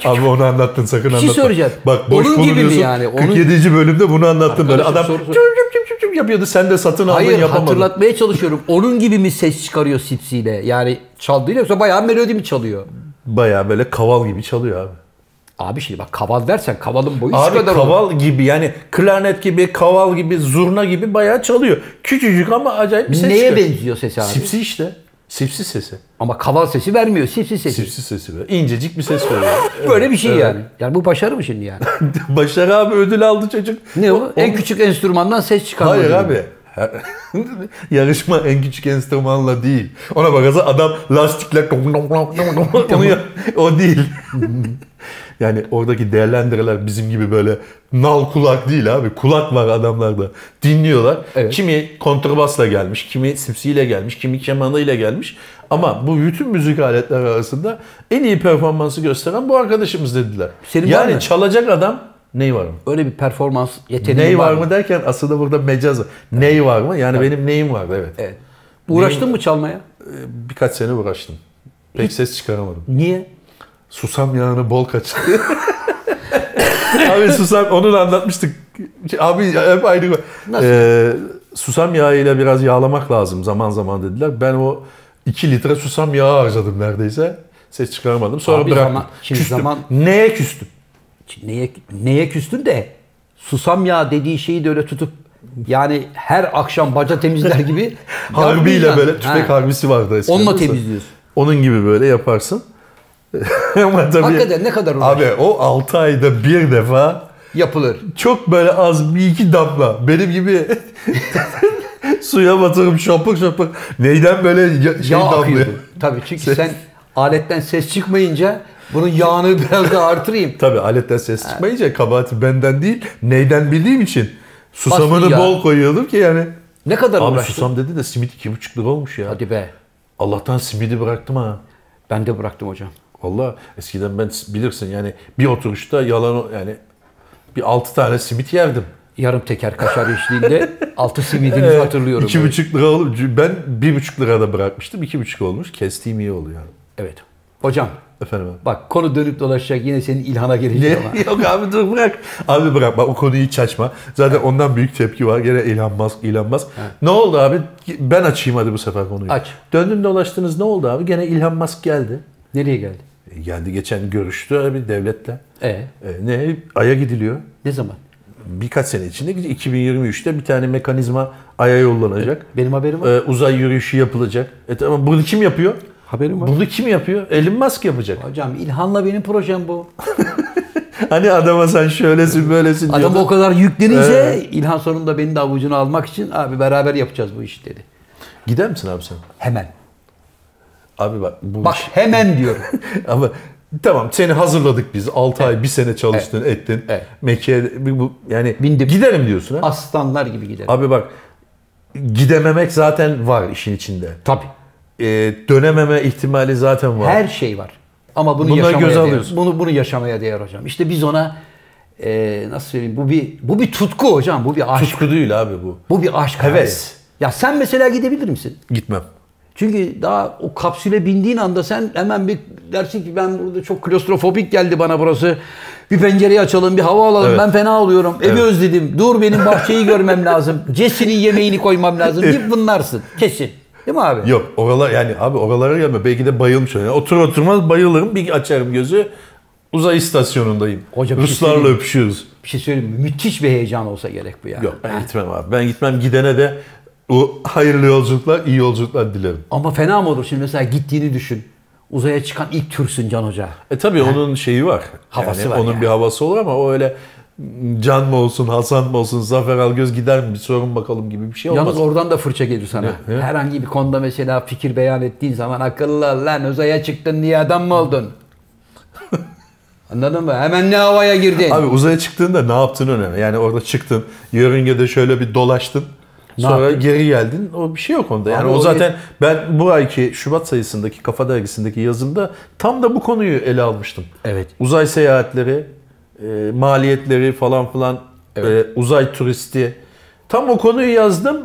Speaker 2: abi onu anlattın sakın anlatma.
Speaker 1: soracağım.
Speaker 2: Bak boş
Speaker 1: şey Onun gibi mi
Speaker 2: bulunuyorsun.
Speaker 1: yani? Onun-
Speaker 2: 47. bölümde bunu anlattım böyle.
Speaker 1: Arkadaşım
Speaker 2: Adam
Speaker 1: soru sor-
Speaker 2: çüm çüm çüm çüm çüm yapıyordu. Sen de satın aldın
Speaker 1: Hayır
Speaker 2: yapamadın.
Speaker 1: hatırlatmaya çalışıyorum. Onun gibi mi ses çıkarıyor sipsiyle? Yani çaldığıyla yoksa bayağı melodi mi çalıyor?
Speaker 2: Bayağı böyle kaval gibi çalıyor abi.
Speaker 1: Abi şimdi bak kaval dersen kavalın boyu şu
Speaker 2: Abi
Speaker 1: kadar olur.
Speaker 2: kaval gibi yani klarnet gibi, kaval gibi, zurna gibi bayağı çalıyor. Küçücük ama acayip bir ses
Speaker 1: Neye
Speaker 2: çıkıyor.
Speaker 1: benziyor sesi abi?
Speaker 2: Sipsi işte. Sipsi sesi.
Speaker 1: Ama kaval sesi vermiyor. Sipsi sesi.
Speaker 2: Sipsi sesi böyle. İncecik bir ses veriyor.
Speaker 1: Böyle bir şey
Speaker 2: Evet.
Speaker 1: yani. Yani bu başarı mı şimdi yani?
Speaker 2: Başarı abi ödül aldı çocuk.
Speaker 1: Ne o?
Speaker 2: On-
Speaker 1: En küçük enstrümandan ses çıkarma.
Speaker 2: Hayır
Speaker 1: ödülü.
Speaker 2: abi. Her- Yarışma en küçük enstrümanla değil. Ona bakarsan adam lastikle onu yap- o değil. yani oradaki değerlendireler bizim gibi böyle nal kulak değil abi. Kulak var adamlarda. Dinliyorlar.
Speaker 1: Evet.
Speaker 2: Kimi kontrbasla gelmiş, kimi sipsiyle gelmiş, kimi kemanıyla gelmiş. Ama bu bütün müzik aletleri arasında en iyi performansı gösteren bu arkadaşımız dediler.
Speaker 1: Senin var
Speaker 2: yani
Speaker 1: mı?
Speaker 2: çalacak adam neyi var mı?
Speaker 1: Öyle bir performans yeteneği
Speaker 2: Ney var mı derken aslında burada mecaz var. Ney var mı? Yani benim neyim vardı evet.
Speaker 1: Evet. Uğraştın mı çalmaya?
Speaker 2: Ee, Birkaç sene uğraştım. Pek ses çıkaramadım.
Speaker 1: Niye?
Speaker 2: Susam yağını bol kaçtı. abi susam onu da anlatmıştık. Abi hep aynı.
Speaker 1: Nasıl?
Speaker 2: Ee, susam yağıyla biraz yağlamak lazım zaman zaman dediler. Ben o 2 litre susam yağı harcadım neredeyse. Ses çıkaramadım. Sonra
Speaker 1: Abi
Speaker 2: bıraktım.
Speaker 1: zaman- şimdi
Speaker 2: küstüm.
Speaker 1: zaman-
Speaker 2: Neye küstüm?
Speaker 1: Neye, neye küstün de susam ya dediği şeyi de öyle tutup yani her akşam baca temizler gibi
Speaker 2: Harbiyle
Speaker 1: yapmayacaksın.
Speaker 2: böyle tüfek
Speaker 1: Ha.
Speaker 2: harbisi vardı eskiden.
Speaker 1: Onunla
Speaker 2: Mesela.
Speaker 1: temizliyorsun.
Speaker 2: Onun gibi böyle yaparsın. Ama tabii
Speaker 1: Hakikaten ne kadar uğraş-
Speaker 2: Abi o 6 ayda bir defa
Speaker 1: Yapılır.
Speaker 2: çok böyle az bir iki damla benim gibi suya batırıp şapık şapık neyden böyle ya- şey
Speaker 1: Yağ
Speaker 2: damlıyor.
Speaker 1: akıyordu. Tabii çünkü sen aletten ses çıkmayınca bunun yağını biraz daha artırayım.
Speaker 2: Tabii aletten ses çıkmayınca kabahati benden değil neyden bildiğim için
Speaker 1: Bastı
Speaker 2: susamını
Speaker 1: ya.
Speaker 2: bol koyuyordum ki yani.
Speaker 1: Ne kadar
Speaker 2: Abi
Speaker 1: uğraştın?
Speaker 2: susam dedi de simit iki buçuk lira olmuş ya.
Speaker 1: Hadi be.
Speaker 2: Allah'tan simidi bıraktım ha.
Speaker 1: Ben de bıraktım hocam.
Speaker 2: Valla eskiden ben bilirsin yani bir oturuşta yalan yani bir altı tane simit yerdim.
Speaker 1: Yarım teker kaşar eşliğinde altı simidimizi
Speaker 2: Evet,
Speaker 1: hatırlıyorum.
Speaker 2: İki buçuk lira olup ben bir buçuk lirada bırakmıştım. iki buçuk olmuş. Kestiğim iyi oldu yani.
Speaker 1: Evet. Hocam
Speaker 2: Efendim abi.
Speaker 1: bak konu dönüp dolaşacak yine senin ilhana gelecek ama.
Speaker 2: Yok abi dur bırak. Abi bırak bak o konuyu hiç açma. Zaten ondan büyük tepki var. Gene Elon Musk, Elon Musk. Ne oldu abi? Ben açayım hadi bu sefer konuyu.
Speaker 1: Aç.
Speaker 2: Döndüm dolaştınız ne oldu abi? Gene Elon Musk geldi.
Speaker 1: Nereye geldi?
Speaker 2: E, Geldi geçen görüştü abi devletle.
Speaker 1: E
Speaker 2: E, ne? Ay'a gidiliyor.
Speaker 1: ne zaman?
Speaker 2: birkaç sene içinde 2023'te bir tane mekanizma aya yollanacak.
Speaker 1: Benim haberim var.
Speaker 2: Ee, uzay yürüyüşü yapılacak. E tamam bunu kim yapıyor?
Speaker 1: Haberim var.
Speaker 2: Bunu kim yapıyor? Elon Musk yapacak.
Speaker 1: Hocam ilhanla benim projem bu.
Speaker 2: Hani adama sen şöylesin böylesin
Speaker 1: Adam
Speaker 2: diyordun.
Speaker 1: o kadar yüklenince
Speaker 2: Ee?
Speaker 1: İlhan sonunda beni de avucuna almak için abi beraber yapacağız bu işi dedi.
Speaker 2: Gider misin abi sen?
Speaker 1: Hemen.
Speaker 2: Abi bak bu
Speaker 1: Bak hemen diyorum.
Speaker 2: ama Tamam seni hazırladık biz. 6 ay, 1 sene çalıştın, ettin.
Speaker 1: Evet.
Speaker 2: Mekke'ye bir bu yani
Speaker 1: Bindim.
Speaker 2: giderim diyorsun ha.
Speaker 1: Aslanlar gibi gider.
Speaker 2: Abi bak gidememek zaten var işin içinde.
Speaker 1: Tabii.
Speaker 2: Ee, dönememe ihtimali zaten var.
Speaker 1: Her şey var. Ama bunu
Speaker 2: Bunları
Speaker 1: yaşamaya
Speaker 2: göze
Speaker 1: değer.
Speaker 2: alıyorsun.
Speaker 1: Bunu bunu yaşamaya değer hocam. İşte biz ona e, nasıl söyleyeyim bu bir bu bir tutku hocam. Bu bir aşk.
Speaker 2: Tutku değil abi bu.
Speaker 1: Bu bir aşk.
Speaker 2: Heves.
Speaker 1: abi. Ya sen mesela gidebilir misin?
Speaker 2: Gitmem.
Speaker 1: Çünkü daha o kapsüle bindiğin anda sen hemen bir dersin ki ben burada çok klostrofobik geldi bana burası. Bir pencereyi açalım, bir hava alalım.
Speaker 2: Evet.
Speaker 1: Ben fena oluyorum. Evi
Speaker 2: Evet.
Speaker 1: özledim. Dur benim bahçeyi görmem lazım. Cesinin yemeğini koymam lazım. Bir bunlarsın. Kesin. Değil mi abi?
Speaker 2: Yok oralar yani abi oralara gelme. Belki de bayılmış. Yani otur oturmaz bayılırım. Bir açarım gözü. Uzay istasyonundayım.
Speaker 1: Hocam, bir şey
Speaker 2: Ruslarla
Speaker 1: söyleyeyim.
Speaker 2: öpüşüyoruz.
Speaker 1: Bir şey söyleyeyim mi? Müthiş bir heyecan olsa gerek bu yani.
Speaker 2: Yok ben gitmem abi. Ben gitmem gidene de o hayırlı yolculuklar, iyi yolculuklar dilerim.
Speaker 1: Ama fena mı olur şimdi mesela gittiğini düşün. Uzaya çıkan ilk Türksün Can Hoca.
Speaker 2: E tabii onun şeyi var.
Speaker 1: Havası var
Speaker 2: Onun
Speaker 1: yani.
Speaker 2: bir havası olur ama o öyle Can mı olsun, Hasan mı olsun, Zafer Algöz gider mi bir sorun bakalım gibi bir şey olmaz.
Speaker 1: Yalnız oradan da fırça gelir sana. Herhangi bir konuda mesela fikir beyan ettiğin zaman akıllı lan uzaya çıktın niye adam mı oldun? Anladın mı? Hemen ne havaya girdin?
Speaker 2: Abi uzaya çıktığında ne yaptığın önemli. Yani orada çıktın, yörüngede şöyle bir dolaştın.
Speaker 1: Ne
Speaker 2: Sonra
Speaker 1: yaptın?
Speaker 2: geri geldin. O bir şey yok onda. Yani
Speaker 1: Abi
Speaker 2: o
Speaker 1: o-
Speaker 2: zaten ben bu ayki Şubat sayısındaki Kafa Dergisi'ndeki yazımda tam da bu konuyu ele almıştım.
Speaker 1: Evet.
Speaker 2: Uzay seyahatleri, e, maliyetleri falan filan, e, uzay turisti. Tam o konuyu yazdım.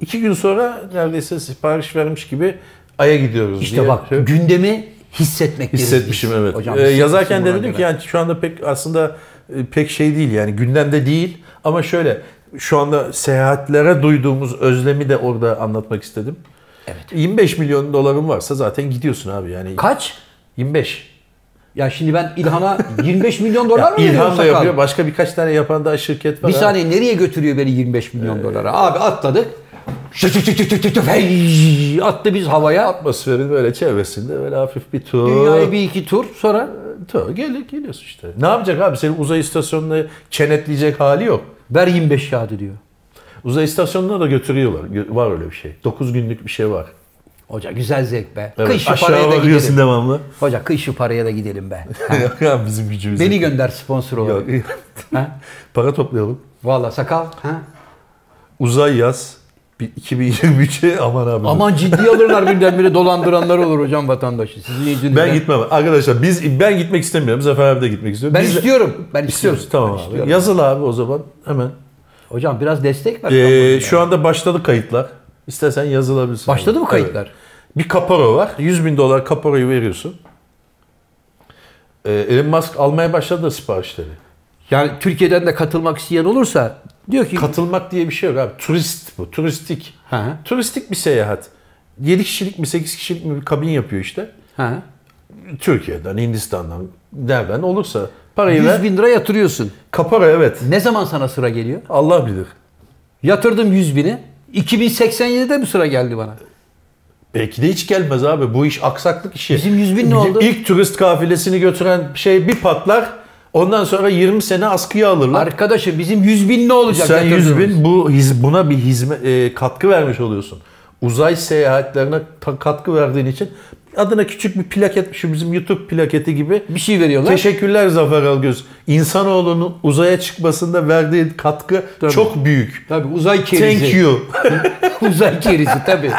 Speaker 2: İki gün sonra neredeyse sipariş vermiş gibi Ay'a gidiyoruz diye.
Speaker 1: İşte bak
Speaker 2: şey-
Speaker 1: gündemi hissetmek deriz
Speaker 2: Hissetmişim
Speaker 1: biz.
Speaker 2: evet.
Speaker 1: Hocam,
Speaker 2: Ee, yazarken de
Speaker 1: hissetmişim
Speaker 2: dedim
Speaker 1: buna
Speaker 2: ki
Speaker 1: göre.
Speaker 2: yani şu anda pek aslında e, pek şey değil yani gündemde değil ama şöyle şu anda seyahatlere duyduğumuz özlemi de orada anlatmak istedim.
Speaker 1: Evet.
Speaker 2: 25 milyon doların varsa zaten gidiyorsun abi yani.
Speaker 1: Kaç?
Speaker 2: 25.
Speaker 1: Ya şimdi ben İlhan'a 25 milyon dolar mı veriyorum
Speaker 2: İlhan da
Speaker 1: sakal?
Speaker 2: yapıyor. Başka birkaç tane yapan daha şirket var.
Speaker 1: Bir
Speaker 2: ha.
Speaker 1: saniye nereye götürüyor beni 25
Speaker 2: Ee,
Speaker 1: milyon dolara? Abi atladık. Şık şık şık şık şık şık, hey! Attı biz havaya.
Speaker 2: Atmosferin böyle çevresinde böyle hafif bir tur. Ee,
Speaker 1: Dünyaya bir iki tur sonra
Speaker 2: Tur gelip geliyorsun işte. Ne yapacak abi? Senin uzay istasyonuna kenetleyecek hali yok.
Speaker 1: ver 25 kağıdı diyor.
Speaker 2: Uzay istasyonuna da götürüyorlar. Gö- Var öyle bir şey. 9 günlük bir şey var.
Speaker 1: Hoca güzel zevk be.
Speaker 2: Evet,
Speaker 1: kış şu
Speaker 2: aşağı
Speaker 1: paraya da
Speaker 2: bakıyorsun
Speaker 1: gidelim.
Speaker 2: devamlı.
Speaker 1: Hoca kış şu paraya da gidelim be.
Speaker 2: Yok abi bizim gücümüz.
Speaker 1: Beni
Speaker 2: yok.
Speaker 1: gönder sponsor olarak.
Speaker 2: Yok.
Speaker 1: Ha?
Speaker 2: Para toplayalım.
Speaker 1: Valla sakal. Ha?
Speaker 2: Uzay yaz. Bir 2023'e aman abi.
Speaker 1: Aman ciddi alırlar birdenbire dolandıranlar olur hocam vatandaşı. Sizin yüzünüzden.
Speaker 2: ben gitmem. Arkadaşlar biz ben gitmek istemiyorum. Zafer abi de gitmek istiyor.
Speaker 1: Ben
Speaker 2: Biz de-
Speaker 1: istiyorum. Ben istiyorum.
Speaker 2: İstiyoruz tamam
Speaker 1: Ben
Speaker 2: abi.
Speaker 1: istiyorum.
Speaker 2: Yazıl abi o zaman hemen.
Speaker 1: Hocam biraz destek ver.
Speaker 2: Ee,
Speaker 1: kampanyaya.
Speaker 2: şu anda başladı kayıtlar. İstersen yazılabilirsin.
Speaker 1: Başladı mı
Speaker 2: Evet.
Speaker 1: kayıtlar?
Speaker 2: Bir kaporo var. 100 bin dolar kaparoyu veriyorsun. Ee, Elon Musk almaya başladı da siparişleri.
Speaker 1: Yani Türkiye'den de katılmak isteyen olursa diyor ki
Speaker 2: Katılmak diye bir şey yok abi. Turist bu. Turistik.
Speaker 1: Ha.
Speaker 2: Turistik bir seyahat. 7 kişilik mi 8 kişilik mi bir kabin yapıyor işte.
Speaker 1: ha,
Speaker 2: Türkiye'den, Hindistan'dan, nereden olursa parayı
Speaker 1: 100
Speaker 2: ver.
Speaker 1: bin lira yatırıyorsun.
Speaker 2: Kapara evet.
Speaker 1: Ne zaman sana sıra geliyor?
Speaker 2: Allah bilir.
Speaker 1: Yatırdım 100 bini. 2087'de mi sıra geldi bana?
Speaker 2: Belki de hiç gelmez abi. Bu iş aksaklık işi.
Speaker 1: Bizim 100 bin ne
Speaker 2: Bizim
Speaker 1: oldu?
Speaker 2: İlk turist kafilesini götüren şey bir patlar. Ondan sonra 20 sene askıya alırlar.
Speaker 1: Arkadaşım bizim 100 bin ne olacak?
Speaker 2: Sen 100
Speaker 1: yatırdığımız?
Speaker 2: bin bu, hiz- buna bir hizme, e, katkı vermiş oluyorsun. Uzay seyahatlerine ta- katkı verdiğin için adına küçük bir plaket, şu bizim YouTube plaketi gibi
Speaker 1: bir şey veriyorlar.
Speaker 2: Teşekkürler Zafer Algöz. İnsanoğlunun uzaya çıkmasında verdiği katkı
Speaker 1: Tabii.
Speaker 2: çok büyük.
Speaker 1: Tabii uzay kerizi.
Speaker 2: Thank you.
Speaker 1: uzay kerizi tabii.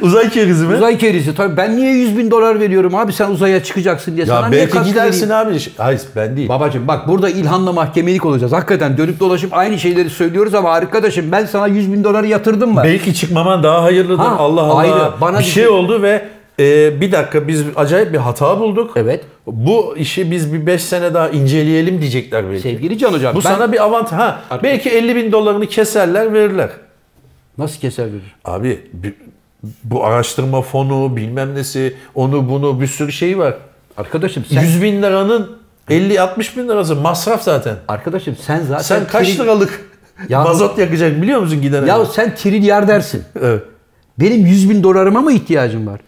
Speaker 2: Uzay kerizi mi?
Speaker 1: Uzay kerizi tabii. Ben niye 100 bin dolar veriyorum abi sen uzaya çıkacaksın diye.
Speaker 2: Ya
Speaker 1: Sana niye
Speaker 2: belki
Speaker 1: katkı
Speaker 2: gidersin
Speaker 1: vereyim?
Speaker 2: abi. Hayır ben değil.
Speaker 1: Babacım bak burada İlhan'la mahkemelik olacağız. Hakikaten dönüp dolaşıp aynı şeyleri söylüyoruz ama arkadaşım ben sana 100 bin doları yatırdım ben.
Speaker 2: Belki çıkmaman daha hayırlıdır.
Speaker 1: Ha,
Speaker 2: Allah Allah.
Speaker 1: ayrı. Bana
Speaker 2: bir
Speaker 1: bir
Speaker 2: şey
Speaker 1: şey-
Speaker 2: oldu ve e, bir dakika biz acayip bir hata bulduk.
Speaker 1: Evet.
Speaker 2: Bu işi biz bir 5 sene daha inceleyelim diyecekler belki.
Speaker 1: Sevgili Can Hocam
Speaker 2: Bu
Speaker 1: ben
Speaker 2: sana bir avantaj. Ha,
Speaker 1: Arkadaş-
Speaker 2: belki 50 bin dolarını keserler verirler.
Speaker 1: nasıl keser verir?
Speaker 2: Abi bi- bu araştırma fonu bilmem nesi onu bunu bir sürü şey var.
Speaker 1: Arkadaşım sen
Speaker 2: 100 bin liranın 50-60 bin lirası masraf zaten.
Speaker 1: arkadaşım sen zaten
Speaker 2: Sen kaç
Speaker 1: tri-
Speaker 2: liralık
Speaker 1: Ya-
Speaker 2: mazot yakacak biliyor musun gidene?
Speaker 1: Ya sen trilyar dersin.
Speaker 2: evet.
Speaker 1: Benim 100 bin dolarıma mı ihtiyacım var?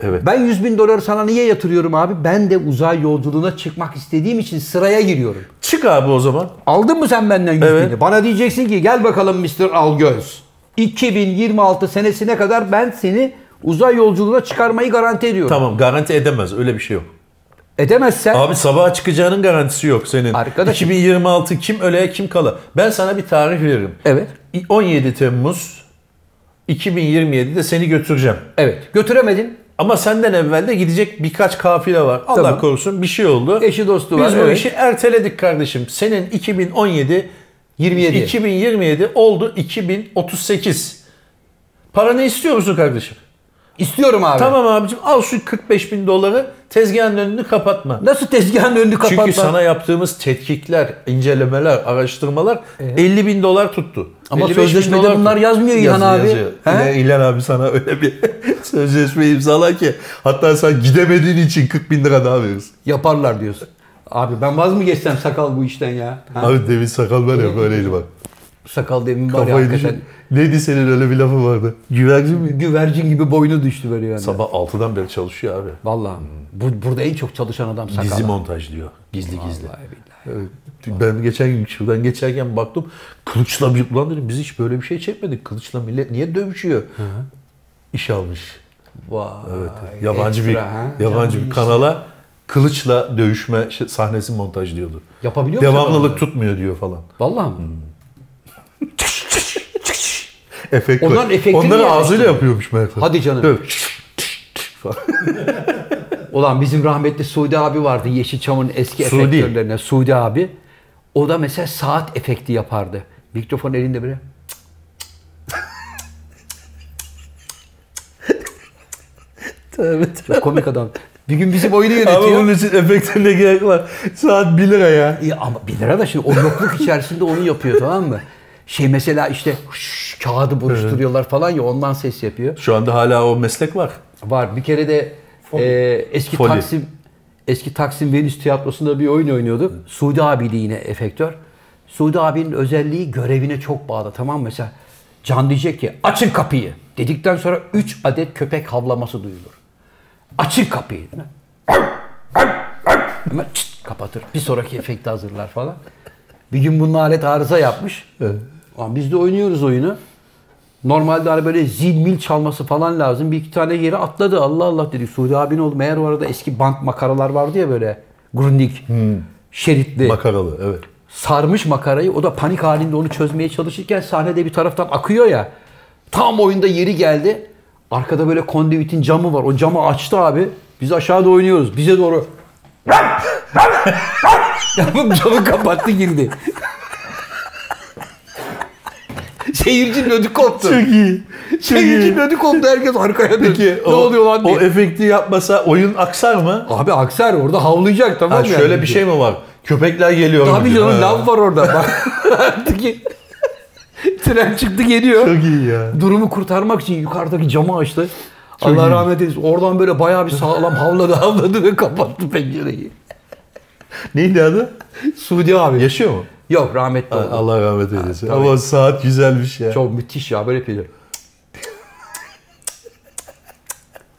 Speaker 2: evet.
Speaker 1: Ben 100 bin doları sana niye yatırıyorum abi? Ben de uzay yolculuğuna çıkmak istediğim için sıraya giriyorum.
Speaker 2: Çık abi o zaman.
Speaker 1: Aldın mı sen benden 100
Speaker 2: Evet.
Speaker 1: bini? Bana diyeceksin ki gel bakalım Mr. Algöz. 2026 senesine kadar ben seni uzay yolculuğuna çıkarmayı garanti ediyorum. E
Speaker 2: Tamam garanti edemez öyle bir şey yok.
Speaker 1: Edemezsen
Speaker 2: Abi sabaha çıkacağının garantisi yok senin.
Speaker 1: Arkadaşım-
Speaker 2: 2026 kim öle kim kala. Ben sana bir tarih veririm.
Speaker 1: evet.
Speaker 2: İ- 17 Temmuz 2027'de seni götüreceğim.
Speaker 1: Evet. Götüremedin.
Speaker 2: Ama senden evvel de gidecek birkaç kafile var. Allah
Speaker 1: Tamam.
Speaker 2: korusun bir şey oldu.
Speaker 1: Eşi dostu
Speaker 2: Biz
Speaker 1: var.
Speaker 2: bu
Speaker 1: evet.
Speaker 2: işi erteledik kardeşim. Senin 2017
Speaker 1: 27.
Speaker 2: 2027 oldu 2038. Paranı istiyor musun kardeşim?
Speaker 1: İstiyorum abi.
Speaker 2: Tamam abicim al şu 45 bin doları tezgahın önünü kapatma.
Speaker 1: Nasıl tezgahın önünü kapatma?
Speaker 2: Çünkü sana yaptığımız tetkikler, incelemeler, araştırmalar 50 bin dolar tuttu.
Speaker 1: Ama
Speaker 2: 55 bin
Speaker 1: sözleşmede
Speaker 2: dolar
Speaker 1: bunlar
Speaker 2: tuttu.
Speaker 1: yazmıyor İlhan abi. He?
Speaker 2: İlhan, İlhan abi sana öyle bir sözleşme imzala ki hatta sen gidemediğin için 40 bin lira daha verirsin.
Speaker 1: Yaparlar diyorsun. Abi ben vaz mı geçsem sakal bu işten ya? Ha?
Speaker 2: Abi David Sakal var ya böyleydi bak.
Speaker 1: Sakal demin var ya
Speaker 2: Kafayı
Speaker 1: hakikaten.
Speaker 2: düşün. Neydi senin öyle bir lafı vardı? Güvercin mi?
Speaker 1: Güvercin gibi boynu düştü böyle yani.
Speaker 2: Sabah 6'dan beri çalışıyor abi.
Speaker 1: Vallahi. Bu, burada en çok çalışan adam sakal.
Speaker 2: Dizi montajlıyor. Gizli gizli.
Speaker 1: Vallahi billahi.
Speaker 2: Ben geçen gün şuradan geçerken baktım. Kılıçla bir ulan dedim biz hiç böyle bir şey çekmedik. Kıılıçla millet niye dövüşüyor? İş almış.
Speaker 1: Vay.
Speaker 2: Evet. yabancı
Speaker 1: ekstra,
Speaker 2: bir
Speaker 1: ha?
Speaker 2: yabancı bir kanala kılıçla dövüşme ş- sahnesi montajlıyordu.
Speaker 1: Yapabiliyor musun?
Speaker 2: Devamlılık tutmuyor diyor falan.
Speaker 1: Vallahi mı?
Speaker 2: Efekt
Speaker 1: Onların
Speaker 2: var.
Speaker 1: efektini
Speaker 2: Onları
Speaker 1: yerleştiriyor.
Speaker 2: ağzıyla yapıyormuş meğerse.
Speaker 1: Hadi canım.
Speaker 2: Böyle
Speaker 1: Ulan bizim rahmetli Suudi abi vardı Yeşilçam'ın eski
Speaker 2: Suudi.
Speaker 1: efektörlerinden. Suudi abi. O da mesela saat efekti yapardı. Mikrofon elinde böyle. Çok komik adam. Bir gün bizim oyunu
Speaker 2: Ama
Speaker 1: yönetiyor.
Speaker 2: bunun için efekte ne gerek var? Saat 1 lira ya.
Speaker 1: E ama bir lira da şimdi o yokluk içerisinde onu yapıyor tamam mı? Şey mesela işte şş, kağıdı buruşturuyorlar falan ya ondan ses yapıyor.
Speaker 2: Şu anda hala o meslek var.
Speaker 1: Var. Bir kere de e, eski
Speaker 2: Foli.
Speaker 1: Taksim eski Taksim Venüs Tiyatrosu'nda bir oyun oynuyorduk. Suudi abiydi yine efektör. Suudi abinin özelliği görevine çok bağlı. Tamam mı? Mesela Can diyecek ki açın kapıyı. Dedikten sonra 3 adet köpek havlaması duyulur. Açın kapıyı. Hemen çıt kapatır. Bir sonraki efekti hazırlar falan. Bir gün bunun alet arıza yapmış. Ulan Biz de oynuyoruz oyunu. Normalde hani böyle zil mil çalması falan lazım. Bir iki tane yere atladı. Allah Allah dedik. Suudi abi ne oldu? Meğer o arada eski bant makaralar vardı ya böyle. Grundig. Şeritli.
Speaker 2: Makaralı evet.
Speaker 1: sarmış makarayı. O da panik halinde onu çözmeye çalışırken sahnede bir taraftan akıyor ya. Tam oyunda yeri geldi. Arkada böyle kondüitin camı var. O camı açtı abi. Biz aşağıda oynuyoruz. Bize doğru. Yapıp camı kapattı girdi. Seyircinin ödü koptu.
Speaker 2: iyi.
Speaker 1: Seyircinin ödü koptu. Herkes arkaya döndü.
Speaker 2: Peki,
Speaker 1: ne
Speaker 2: o-
Speaker 1: oluyor lan diye.
Speaker 2: O efekti yapmasa oyun aksar mı?
Speaker 1: abi aksar orada havlayacak tamam
Speaker 2: Ha,
Speaker 1: mı?
Speaker 2: şöyle bir şey mi var? Köpekler geliyor. mu
Speaker 1: Abi
Speaker 2: diyor.
Speaker 1: canım
Speaker 2: Ha.
Speaker 1: lav var orada. Bak. Artık ki- Tren çıktı geliyor.
Speaker 2: Çok iyi ya.
Speaker 1: Durumu kurtarmak için yukarıdaki camı açtı. Allah rahmet eylesin. Oradan böyle bayağı bir sağlam havladı havladı ve kapattı pencereyi.
Speaker 2: Neydi adı?
Speaker 1: Suudi abi.
Speaker 2: Yaşıyor mu?
Speaker 1: Yok rahmetli oldu.
Speaker 2: Allah rahmet eylesin. Ama o saat güzelmiş ya.
Speaker 1: Çok müthiş ya böyle yapıyor.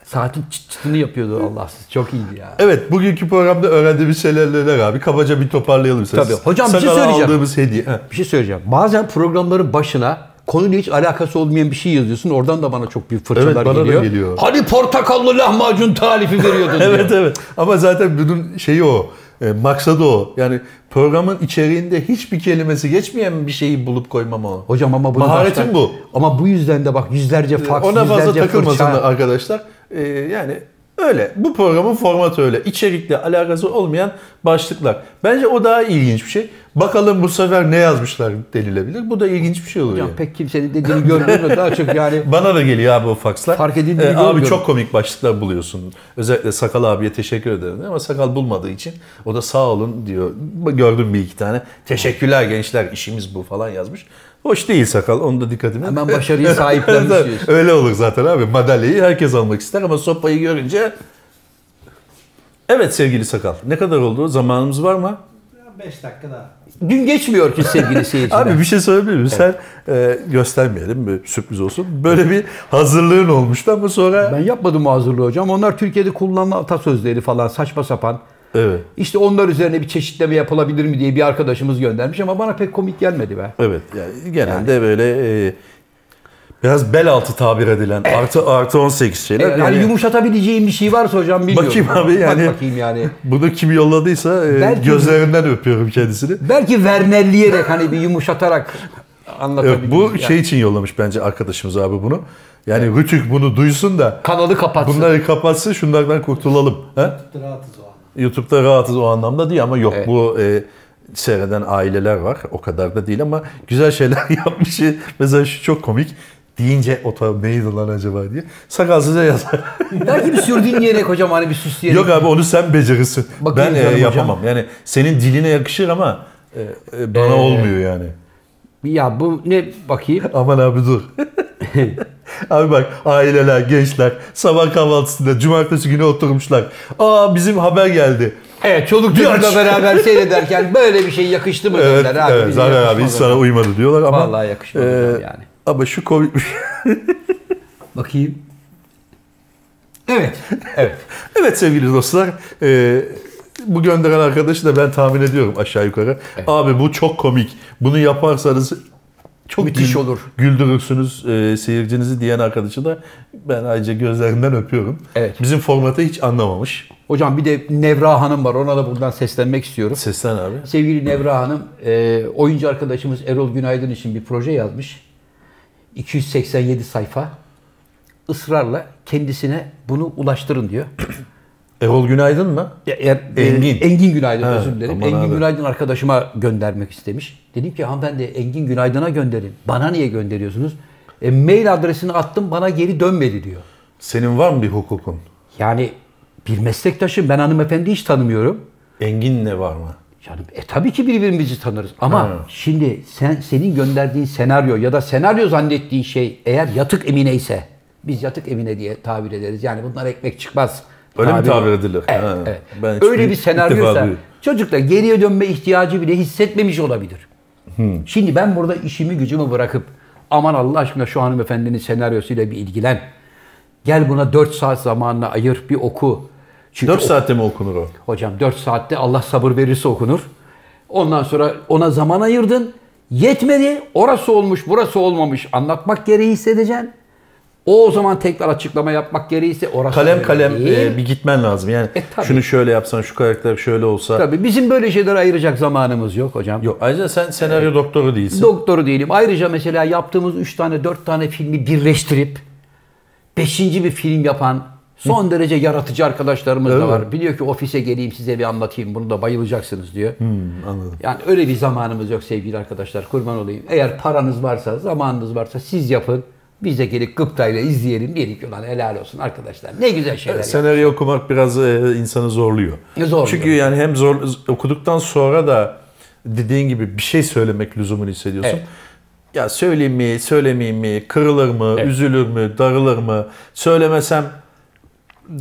Speaker 1: Saatin çıt çıtını yapıyordu Allahsız. Çok iyiydi ya.
Speaker 2: Evet bugünkü programda öğrendiğimiz şeyler neler abi? Kabaca bir toparlayalım istedim.
Speaker 1: Tabii. Hocam bir şey
Speaker 2: Sana
Speaker 1: söyleyeceğim.
Speaker 2: aldığımız hediye. Ha.
Speaker 1: Bir şey söyleyeceğim. Bazen programların başına konuyla hiç alakası olmayan bir şey yazıyorsun. Oradan da bana çok büyük fırçalar
Speaker 2: Evet, bana da
Speaker 1: geliyor.
Speaker 2: geliyor.
Speaker 1: Hani portakallı lahmacun talifi veriyordun diyor.
Speaker 2: Evet evet. Ama zaten bunun şeyi o. E, maksadı o. Yani programın içeriğinde hiçbir kelimesi geçmeyen bir şeyi bulup koymam o.
Speaker 1: Hocam ama bunu
Speaker 2: Maharetim
Speaker 1: baştan-
Speaker 2: bu.
Speaker 1: Ama bu yüzden de bak yüzlerce faks,
Speaker 2: Ona fazla
Speaker 1: yüzlerce
Speaker 2: takılmasınlar
Speaker 1: fırça.
Speaker 2: arkadaşlar. E, yani öyle. Bu programın formatı öyle. İçerikle alakası olmayan başlıklar. Bence o daha ilginç bir şey. Bakalım bu sefer ne yazmışlar denilebilir. Bu da ilginç bir şey oluyor.
Speaker 1: Hocam
Speaker 2: yani.
Speaker 1: pek kimsenin dediğini görmüyorum da daha çok yani
Speaker 2: Bana da geliyor abi o fakslar.
Speaker 1: Fark edildiğini
Speaker 2: Ee, Abi
Speaker 1: görmüyorum.
Speaker 2: çok komik başlıklar buluyorsun. Özellikle Sakal abiye teşekkür ederim ama Sakal bulmadığı için o da sağ olun diyor. Gördüm bir iki tane. Teşekkürler gençler işimiz bu falan yazmış. Hoş değil Sakal onu da dikkatimi.
Speaker 1: hemen başarıya sahiplenmiş diyorsun.
Speaker 2: Öyle olur zaten abi. Madalyayı herkes almak ister ama sopayı görünce... Evet sevgili Sakal ne kadar oldu? Zamanımız var mı?
Speaker 3: 5 dakika daha.
Speaker 1: Gün geçmiyor ki sevgili seyirciler.
Speaker 2: Abi bir şey söyleyebilir miyim? Sen e, göstermeyelim bir sürpriz olsun. Böyle bir hazırlığın olmuştu ama sonra...
Speaker 1: Ben yapmadım o hazırlığı hocam. Onlar Türkiye'de kullanılan atasözleri falan saçma sapan.
Speaker 2: Evet.
Speaker 1: İşte onlar üzerine bir çeşitleme yapılabilir mi diye bir arkadaşımız göndermiş ama bana pek komik gelmedi be.
Speaker 2: Evet yani genelde böyle e, Biraz bel altı tabir edilen artı artı 18
Speaker 1: E,
Speaker 2: şeyler.
Speaker 1: Yani,
Speaker 2: Yani
Speaker 1: yumuşatabileceğim bir şey varsa hocam bilmiyorum.
Speaker 2: Bakayım abi yani.
Speaker 1: Bak bakayım yani.
Speaker 2: bunu kim yolladıysa e,
Speaker 1: Belki-
Speaker 2: gözlerinden öpüyorum kendisini.
Speaker 1: Belki vernelleyerek hani bir yumuşatarak
Speaker 2: Yok,
Speaker 1: anlatabilirim.
Speaker 2: bu
Speaker 1: Yani
Speaker 2: şey için yollamış bence arkadaşımız abi bunu. Yani Rütük bunu duysun da
Speaker 1: kanalı kapatsın.
Speaker 2: bunları kapatsın şunlardan kurtulalım. He?
Speaker 3: Rahatız o an.
Speaker 2: YouTube'da rahatız o anlamda değil ama yok
Speaker 1: Evet.
Speaker 2: bu e, seyreden aileler var. O kadar da değil ama güzel şeyler yapmış. Mesela şu çok komik. Deyince o tabi neydi lan acaba diye. Sakalsıza yazar.
Speaker 1: Belki bir sürdüğün yere hocam hani bir süsleyerek.
Speaker 2: yok abi onu sen becerirsin.
Speaker 1: Bakayım
Speaker 2: ben e,
Speaker 1: canım hocam.
Speaker 2: yapamam. Yani senin diline yakışır ama e, e, bana
Speaker 1: Ee,
Speaker 2: olmuyor yani.
Speaker 1: Ya bu ne bakayım.
Speaker 2: Aman abi dur. abi bak aileler, gençler sabah kahvaltısında cumartesi günü oturmuşlar. Aa bizim haber geldi.
Speaker 1: Evet çoluk
Speaker 2: Bir
Speaker 1: çocukla
Speaker 2: aç.
Speaker 1: beraber seyrederken böyle bir şey yakıştı mı
Speaker 2: Evet,
Speaker 1: derler abi.
Speaker 2: evet
Speaker 1: bize
Speaker 2: Zafer abi hiç
Speaker 1: yakışmaz
Speaker 2: sana
Speaker 1: hocam.
Speaker 2: uymadı diyorlar ama. e,
Speaker 1: Vallahi yakışmadı hocam yani.
Speaker 2: Ama şu komik şey.
Speaker 1: Bakayım. Evet. Evet.
Speaker 2: evet sevgili dostlar. e, bu gönderen arkadaşı da ben tahmin ediyorum aşağı yukarı. Abi bu çok komik. Bunu yaparsanız çok
Speaker 1: Müthiş olur.
Speaker 2: Güldürürsünüz e, seyircinizi diyen arkadaşı da ben ayrıca gözlerinden öpüyorum.
Speaker 1: Evet.
Speaker 2: Bizim formatı hiç anlamamış.
Speaker 1: Hocam bir de Nevra Hanım var. Ona da buradan seslenmek istiyorum.
Speaker 2: Seslen abi.
Speaker 1: Sevgili Nevra Hanım, e, oyuncu arkadaşımız Erol Günaydın için bir proje yazmış. 287 sayfa. Israrla kendisine bunu ulaştırın diyor.
Speaker 2: Erol Günaydın mı?
Speaker 1: Ya, eğer- e,
Speaker 2: Engin.
Speaker 1: Engin Günaydın
Speaker 2: Ha,
Speaker 1: özür dilerim.
Speaker 2: aman
Speaker 1: Engin
Speaker 2: abi.
Speaker 1: Günaydın arkadaşıma göndermek istemiş. Dedim ki hanımefendi Engin Günaydın'a gönderin. Bana niye gönderiyorsunuz? E, mail adresini attım bana geri dönmedi diyor.
Speaker 2: Senin var mı bir hukukun?
Speaker 1: Yani bir meslektaşım ben hanımefendi hiç tanımıyorum.
Speaker 2: Engin ne var mı?
Speaker 1: Canım e tabii ki birbirimizi tanırız ama
Speaker 2: Ha.
Speaker 1: şimdi sen senin gönderdiğin senaryo ya da senaryo zannettiğin şey eğer yatık emine ise biz yatık emine diye tabir ederiz. Yani bunlar ekmek çıkmaz.
Speaker 2: Öyle mi tabir
Speaker 1: edilir?
Speaker 2: edilir?
Speaker 1: Evet,
Speaker 2: Ha,
Speaker 1: evet.
Speaker 2: ben hiç
Speaker 1: Öyle
Speaker 2: ilk-
Speaker 1: bir
Speaker 2: ilk defa
Speaker 1: senaryoysa
Speaker 2: duydum.
Speaker 1: çocuk da geriye dönme ihtiyacı bile hissetmemiş olabilir. Şimdi ben burada işimi gücümü bırakıp aman Allah aşkına şu hanımefendinin senaryosuyla bir ilgilen. Gel buna 4 saat zamanını ayır bir oku. Çünkü
Speaker 2: 4 saatte mi okunur o?
Speaker 1: Hocam 4 saatte Allah sabır verirse okunur. Ondan sonra ona zaman ayırdın. Yetmedi. Orası olmuş, burası olmamış. Anlatmak gereği hissedeceksin. O o zaman tekrar açıklama yapmak gereğiyse orası
Speaker 2: Kalem
Speaker 1: öyle
Speaker 2: kalem
Speaker 1: değil.
Speaker 2: e, bir gitmen lazım. Yani
Speaker 1: E, tabii.
Speaker 2: şunu şöyle yapsan, şu karakter şöyle olsa.
Speaker 1: Tabii bizim böyle şeylere ayıracak zamanımız yok hocam.
Speaker 2: Yok ayrıca sen senaryo doktoru değilsin.
Speaker 1: Doktoru değilim. Ayrıca mesela yaptığımız 3 tane 4 tane filmi birleştirip 5. bir film yapan son derece yaratıcı arkadaşlarımız
Speaker 2: Öyle
Speaker 1: da
Speaker 2: mi?
Speaker 1: var. Biliyor ki ofise geleyim size bir anlatayım bunu da bayılacaksınız diyor.
Speaker 2: Anladım.
Speaker 1: Yani öyle bir zamanımız yok sevgili arkadaşlar kurban olayım. Eğer paranız varsa, zamanınız varsa siz yapın. Biz de gelip gıptayla izleyelim. Diyelim ki ulan helal olsun arkadaşlar. Ne güzel şeyler. ya.
Speaker 2: Senaryo okumak biraz e, insanı zorluyor.
Speaker 1: E, zorluyor.
Speaker 2: Çünkü yani hem zor z- okuduktan sonra da dediğin gibi bir şey söylemek lüzumunu hissediyorsun.
Speaker 1: Evet.
Speaker 2: Ya söyleyeyim mi, söylemeyeyim mi, kırılır mı, üzülür mü, darılır mı, söylemesem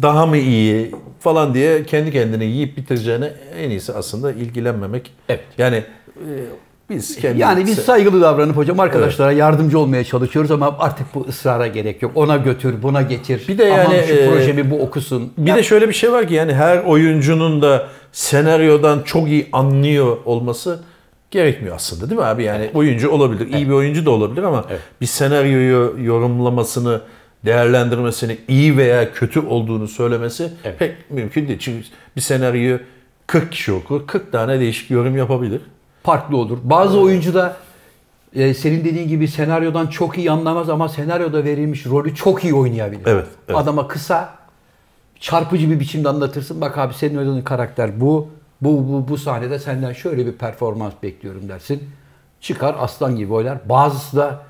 Speaker 2: daha mı iyi falan diye kendi kendini yiyip bitireceğine en iyisi aslında ilgilenmemek.
Speaker 1: Evet.
Speaker 2: Yani e, biz kendimiz...
Speaker 1: Yani biz saygılı davranıp hocam arkadaşlara yardımcı olmaya çalışıyoruz ama artık bu ısrara gerek yok. Ona götür, buna getir.
Speaker 2: Bir de
Speaker 1: Aman
Speaker 2: yani,
Speaker 1: şu
Speaker 2: e,
Speaker 1: projemi bu okusun.
Speaker 2: Bir de şöyle bir şey var ki yani her oyuncunun da senaryodan çok iyi anlıyor olması gerekmiyor aslında değil mi abi? Yani oyuncu olabilir, iyi bir oyuncu da olabilir ama bir senaryoyu yorumlamasını, değerlendirmesini, iyi veya kötü olduğunu söylemesi
Speaker 1: Evet.
Speaker 2: pek mümkün değil. Çünkü bir senaryoyu 40 kişi okur, 40 tane değişik yorum yapabilir.
Speaker 1: farklı olur. Bazı oyuncu da e, senin dediğin gibi senaryodan çok iyi anlamaz ama senaryoda verilmiş rolü çok iyi oynayabilir.
Speaker 2: Evet, evet.
Speaker 1: Adama kısa, çarpıcı bir biçimde anlatırsın. Bak abi senin oynadığın karakter bu. Bu, bu, bu sahnede senden şöyle bir performans bekliyorum dersin. Çıkar aslan gibi oynar. Bazısı da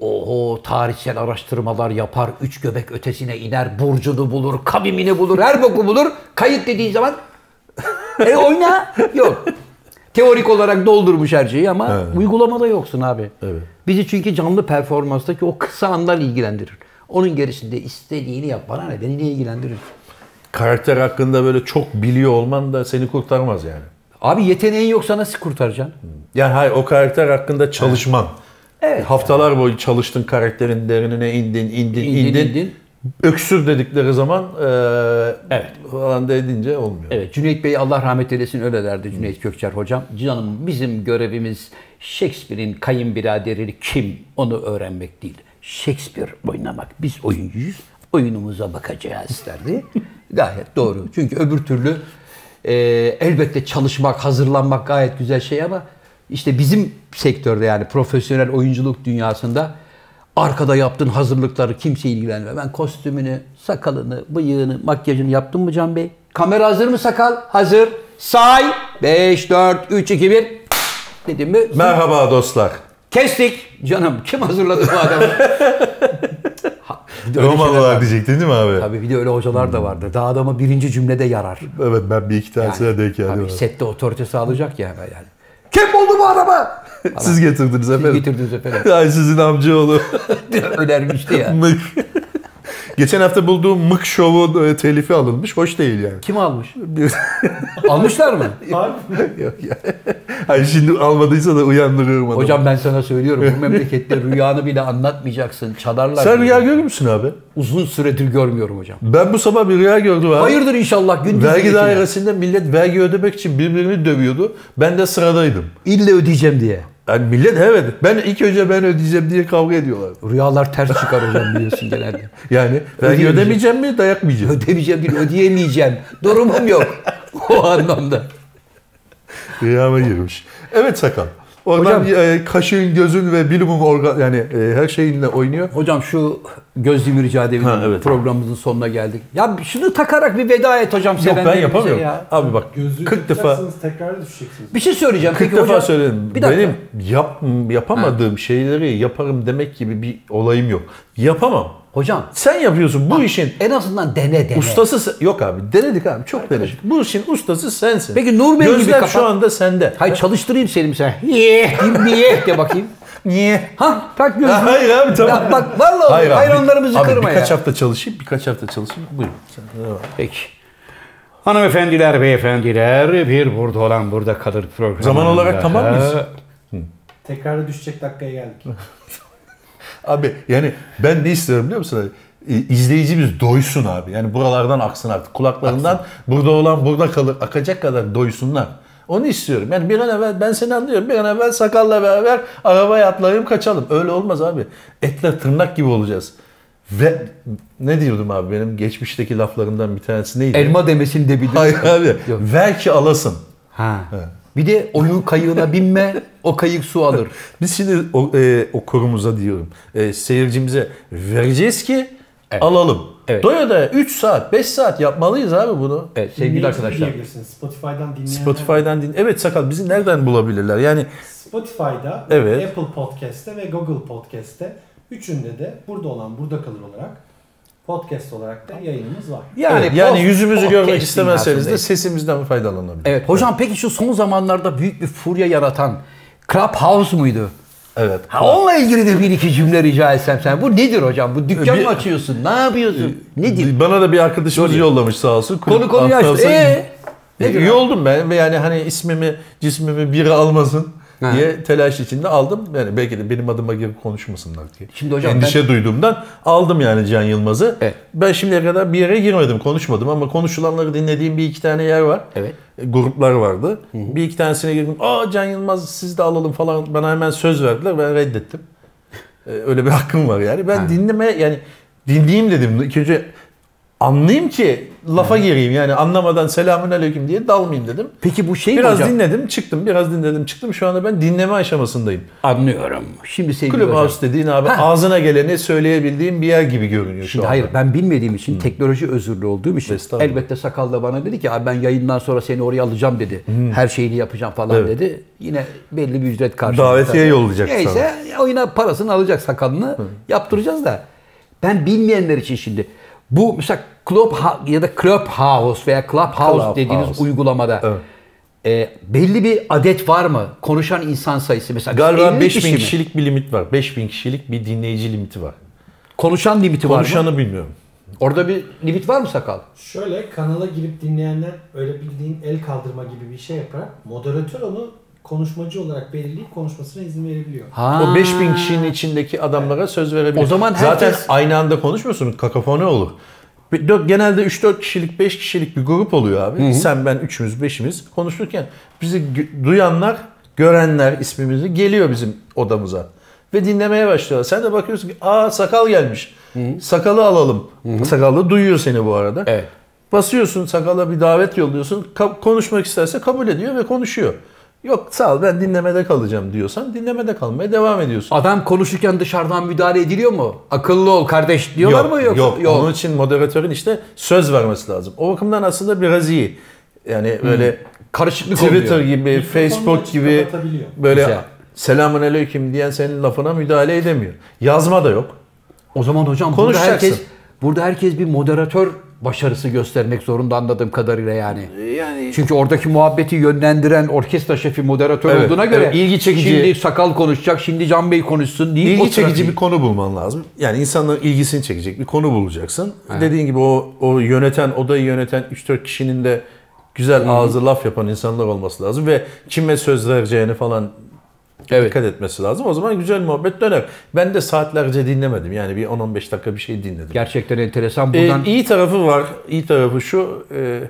Speaker 1: oho tarihsel araştırmalar yapar, üç göbek ötesine iner, burcunu bulur, kavimini bulur, her boku bulur. Kayıt dediğin zaman e oyna. Yok. Teorik olarak doldurmuş her şeyi ama uygulamada yoksun abi.
Speaker 2: Evet.
Speaker 1: Bizi çünkü canlı performanstaki o kısa andan ilgilendirir. Onun gerisinde istediğini yap. Bana ne? Beni ne ilgilendirir?
Speaker 2: Karakter hakkında böyle çok biliyor olman da seni kurtarmaz yani.
Speaker 1: Abi yeteneğin yoksa nasıl kurtaracaksın?
Speaker 2: Yani hayır o karakter hakkında çalışman.
Speaker 1: Evet.
Speaker 2: Haftalar boyu çalıştın karakterin derinine indin, indin,
Speaker 1: İndin,
Speaker 2: indin.
Speaker 1: indin.
Speaker 2: Öksür dedikleri zaman eee
Speaker 1: Evet.
Speaker 2: falan da edince olmuyor.
Speaker 1: Evet Cüneyt Bey Allah rahmet eylesin öyle derdi Cüneyt Gökçer hocam. Canım bizim görevimiz Shakespeare'in kayınbiraderi kim onu öğrenmek değil. Shakespeare oynamak. Biz oyuncuyuz. Oyunumuza bakacağız derdi. gayet doğru. Çünkü öbür türlü e, elbette çalışmak, hazırlanmak gayet güzel şey ama işte bizim sektörde yani profesyonel oyunculuk dünyasında arkada yaptığın hazırlıkları kimse ilgilenmiyor. Ben kostümünü, sakalını, bıyığını, makyajını yaptım mı Can Bey? Kamera hazır mı sakal? Hazır. Say. 5, 4, 3, 2, 1. Dedim mi?
Speaker 2: Merhaba dostlar.
Speaker 1: Kestik. Canım kim hazırladı bu adamı? Ha, bir de öyle şeyler var.
Speaker 2: Romalılar diyecektin değil mi abi?
Speaker 1: Tabii bir de öyle hocalar da vardır. Daha adamı birinci cümlede yarar.
Speaker 2: Evet ben bir iki tanesine denk geldim.
Speaker 1: Tabii
Speaker 2: abi.
Speaker 1: sette otorite sağlayacak ya hemen yani. Kim buldu bu adamı?
Speaker 2: Siz getirdiniz
Speaker 1: Siz
Speaker 2: efendim.
Speaker 1: getirdiniz efendim.
Speaker 2: Ay sizin amcaoğlu.
Speaker 1: Önermişti ya.
Speaker 2: Mık. Geçen hafta bulduğum Mık Show'un e, telifi alınmış. Hoş değil yani.
Speaker 1: Kim almış? Almışlar mı?
Speaker 3: Harbi mi?
Speaker 2: Yok ya. Hayır şimdi almadıysa da uyandırıyorum adamı.
Speaker 1: Hocam ben sana söylüyorum bu memlekette rüyanı bile anlatmayacaksın. Çadarlar.
Speaker 2: Sen
Speaker 1: beni.
Speaker 2: rüya görür müsün abi?
Speaker 1: Uzun süredir görmüyorum hocam.
Speaker 2: Ben bu sabah bir rüya gördüm abi.
Speaker 1: Hayırdır inşallah gündüz
Speaker 2: Vergi
Speaker 1: niyetine.
Speaker 2: dairesinde millet vergi ödemek için birbirini dövüyordu. Ben de sıradaydım.
Speaker 1: İlle ödeyeceğim diye.
Speaker 2: Yani millet evet ben ilk önce ben ödeyeceğim diye kavga ediyorlar.
Speaker 1: Rüyalar ters çıkar hocam biliyorsun genelde.
Speaker 2: Yani vergi
Speaker 1: Ödeyemeyeceğim.
Speaker 2: ödemeyeceğim mi dayak mı yiyeceğim?
Speaker 1: Ödemeyeceğim bir ödeyemeyeceğim. Durumum yok. O anlamda.
Speaker 2: Rüyama girmiş. Evet sakal. Oradan
Speaker 1: Hocam-
Speaker 2: e, kaşın, gözün ve bilumum organ yani e, her şeyinle oynuyor.
Speaker 1: Hocam şu göz yumru
Speaker 2: Ha, evet.
Speaker 1: programımızın sonuna geldik. Ya şunu takarak bir veda et hocam
Speaker 2: Yok ben
Speaker 1: sevenlerimize
Speaker 2: yapamıyorum.
Speaker 1: ya.
Speaker 2: Abi bak
Speaker 3: Gözlüğü
Speaker 2: 40 defa
Speaker 3: takacaksınız, tekrar düşeceksiniz.
Speaker 1: Bir şey söyleyeceğim.
Speaker 2: 40
Speaker 1: Peki
Speaker 2: defa
Speaker 1: hocam,
Speaker 2: söyledim.
Speaker 1: Bir dakika.
Speaker 2: Benim yap, yapamadığım şeyleri yaparım demek gibi bir olayım yok. Yapamam.
Speaker 1: Hocam
Speaker 2: Sen yapıyorsun bu işin
Speaker 1: en azından dene dene.
Speaker 2: ustası se- yok abi. Denedik abi. Çok denedik. Bu işin ustası sensin.
Speaker 1: Peki Nur Bey gibi
Speaker 2: Gözler
Speaker 1: kapat-
Speaker 2: şu anda sende.
Speaker 1: Hayır çalıştırayım seni sen. Yeh diyeyim, bir yeh de bakayım.
Speaker 2: Niye?
Speaker 1: Ha tak gözlüğü.
Speaker 2: Hayır abi tamam.
Speaker 1: Ya bak, vallahi hayranlarımızı
Speaker 2: abi,
Speaker 1: kırma
Speaker 2: birkaç
Speaker 1: ya.
Speaker 2: hafta çalışayım, birkaç hafta çalışayım. Buyurun. Sen-
Speaker 1: Peki. Hanımefendiler, beyefendiler bir burada olan burada kalır programı.
Speaker 2: Zaman olarak tamam mıyız?
Speaker 3: Tekrar düşecek dakikaya geldik.
Speaker 2: Abi yani ben ne istiyorum biliyor musun? abi? E, İzleyicimiz doysun abi. Yani buralardan aksın artık. Kulaklarından burada olan burada kalır. Akacak kadar doysunlar. Onu istiyorum. Yani bir an evvel ben seni anlıyorum. Bir an evvel sakalla beraber arabaya atlayalım kaçalım. Öyle olmaz abi. Etle tırnak gibi olacağız. Ve ne diyordum abi benim geçmişteki laflarımdan bir tanesi neydi?
Speaker 1: Elma demesini de bilirim.
Speaker 2: Hayır abi.
Speaker 1: Yok.
Speaker 2: Ver ki alasın.
Speaker 1: Ha. Bir de oyun kayığına binme, o kayık su alır.
Speaker 2: Biz şimdi o, e, okurumuza diyorum, e, seyircimize vereceğiz ki
Speaker 1: Evet.
Speaker 2: alalım.
Speaker 1: Evet.
Speaker 2: Doya doya 3 saat, 5 saat yapmalıyız abi bunu.
Speaker 1: Evet sevgili
Speaker 3: Dinleyici de
Speaker 1: arkadaşlar.
Speaker 3: diyebilirsiniz. Spotify'dan dinleyenler.
Speaker 2: Spotify'dan din. Evet sakal bizi nereden bulabilirler? Yani
Speaker 3: Spotify'da,
Speaker 2: Evet.
Speaker 3: Apple Podcast'te ve Google Podcast'te üçünde de burada olan burada kalır olarak podcast olarak da yayınımız var.
Speaker 2: yani,
Speaker 1: post-
Speaker 2: yani yüzümüzü
Speaker 1: podcast
Speaker 2: görmek istemezseniz de
Speaker 1: dünyasındayız.
Speaker 2: sesimizden faydalanabilir.
Speaker 1: Evet hocam peki şu son zamanlarda büyük bir furya yaratan Clubhouse muydu?
Speaker 2: Evet.
Speaker 1: Ha, onunla ilgili de bir iki cümle rica etsem sen. Bu nedir hocam? Bu dükkan
Speaker 2: Bir-
Speaker 1: mı açıyorsun? Ne yapıyorsun? Nedir?
Speaker 2: Bana da bir arkadaşımız yollamış sağ olsun.
Speaker 1: Konu konuyu açtı.
Speaker 2: Atlarsa-
Speaker 1: Ee,
Speaker 2: E,
Speaker 1: nedir
Speaker 2: iyi
Speaker 1: abi?
Speaker 2: oldum ben ve yani hani ismimi, cismimi biri almasın
Speaker 1: Ha.
Speaker 2: diye telaş içinde aldım. Yani belki de benim adıma girip konuşmasınlar diye.
Speaker 1: Şimdi hocam
Speaker 2: Endişe duyduğumdan aldım yani Can Yılmaz'ı.
Speaker 1: Evet.
Speaker 2: Ben şimdiye kadar bir yere girmedim, konuşmadım ama konuşulanları dinlediğim bir iki tane yer var.
Speaker 1: Evet.
Speaker 2: E, Gruplar vardı. Bir iki tanesine girdim. Aa Can Yılmaz siz de alalım falan. Bana hemen söz verdiler. Ben reddettim. E, Öyle bir hakkım var yani. Ben dinleme yani dinleyeyim dedim. İlk önce anlayayım ki lafa gireyim yani anlamadan selamün aleyküm diye dalmayayım dedim.
Speaker 1: Peki bu şey mi
Speaker 2: Biraz
Speaker 1: hocam?
Speaker 2: dinledim çıktım biraz dinledim çıktım şu anda ben dinleme aşamasındayım.
Speaker 1: Anlıyorum. Şimdi sevgili hocam.
Speaker 2: Clubhouse dediğin abi
Speaker 1: Ha.
Speaker 2: ağzına geleni söyleyebildiğim bir yer gibi görünüyor şu
Speaker 1: Şimdi
Speaker 2: anda.
Speaker 1: hayır ben bilmediğim için teknoloji özürlü olduğum için
Speaker 2: Estağfurullah.
Speaker 1: elbette sakal da bana dedi ki abi ben yayından sonra seni oraya alacağım dedi. Her şeyini yapacağım falan
Speaker 2: Evet.
Speaker 1: dedi. Yine belli bir ücret karşılığında.
Speaker 2: Davetiye yollayacak sana.
Speaker 1: Neyse oyuna parasını alacak sakalını yaptıracağız da. Ben bilmeyenler için şimdi bu mesela Club ya da Clubhouse veya Clubhouse
Speaker 2: Clubhouse.
Speaker 1: dediğiniz uygulamada
Speaker 2: Evet.
Speaker 1: e, belli bir adet var mı? Konuşan insan sayısı mesela biz
Speaker 2: Galiba
Speaker 1: 50
Speaker 2: 5000
Speaker 1: kişi mi?
Speaker 2: kişilik bir limit var. 5000 kişilik bir dinleyici limiti var.
Speaker 1: konuşan limiti var mı?
Speaker 2: Konuşanı bilmiyorum.
Speaker 1: Orada bir limit var mı sakal?
Speaker 3: Şöyle kanala girip dinleyenler öyle bildiğin el kaldırma gibi bir şey yaparak moderatör onu konuşmacı olarak belirleyip konuşmasına izin verebiliyor.
Speaker 1: Ha.
Speaker 2: O 5000 kişinin içindeki adamlara söz verebilir.
Speaker 1: O zaman
Speaker 2: Zaten
Speaker 1: herkes-
Speaker 2: aynı anda konuşmuyorsunuz. Kakafoni olur. Bir- dört- Genelde 3-4 kişilik, 5 kişilik bir grup oluyor abi. Sen, ben, üçümüz, beşimiz konuşurken bizi gü- duyanlar, görenler ismimizi geliyor bizim odamıza. ve dinlemeye başlıyorlar. Sen de bakıyorsun ki aa sakal gelmiş. Sakalı alalım. Sakallı duyuyor seni bu arada.
Speaker 1: Evet.
Speaker 2: Basıyorsun sakala bir davet yolluyorsun. Ka- konuşmak isterse kabul ediyor ve konuşuyor. Yok sağ ol ben dinlemede kalacağım diyorsan dinlemede kalmaya devam ediyorsun.
Speaker 1: Adam konuşurken dışarıdan müdahale ediliyor mu? Akıllı ol kardeş diyorlar mı? Yok.
Speaker 2: Yok. Onun için moderatörün işte söz vermesi lazım. O bakımdan aslında biraz iyi. Yani böyle
Speaker 1: Karışıklık
Speaker 2: Hmm. Twitter
Speaker 1: olmuyor.
Speaker 2: gibi,
Speaker 3: Mikrofonunu
Speaker 2: Facebook
Speaker 3: açıp
Speaker 2: gibi
Speaker 3: kapatabiliyor.
Speaker 2: böyle
Speaker 1: Güzel.
Speaker 2: selamun aleyküm diyen senin lafına müdahale edemiyor. Yazma da yok.
Speaker 1: O zaman hocam burada
Speaker 2: Konuşacaksın.
Speaker 1: herkes, burada herkes bir moderatör başarısı göstermek zorunda anladığım kadarıyla yani.
Speaker 2: Yani
Speaker 1: Çünkü oradaki muhabbeti yönlendiren orkestra şefi moderatör
Speaker 2: Evet,
Speaker 1: olduğuna göre
Speaker 2: evet, ilgi çekici-
Speaker 1: şimdi sakal konuşacak, şimdi Can Bey konuşsun değil.
Speaker 2: ilgi çekici bir konu bulman lazım. Yani insanların ilgisini çekecek bir konu bulacaksın. Dediğin gibi o o yöneten, odayı yöneten 3-4 kişinin de güzel ağzı laf yapan insanlar olması lazım ve kime söz vereceğini falan
Speaker 1: Evet.
Speaker 2: dikkat etmesi lazım. O zaman güzel muhabbet döner. Ben de saatlerce dinlemedim. Yani bir 10-15 dakika bir şey dinledim.
Speaker 1: Gerçekten enteresan.
Speaker 2: Ee,
Speaker 1: Buradan
Speaker 2: iyi tarafı var. İyi tarafı şu. E,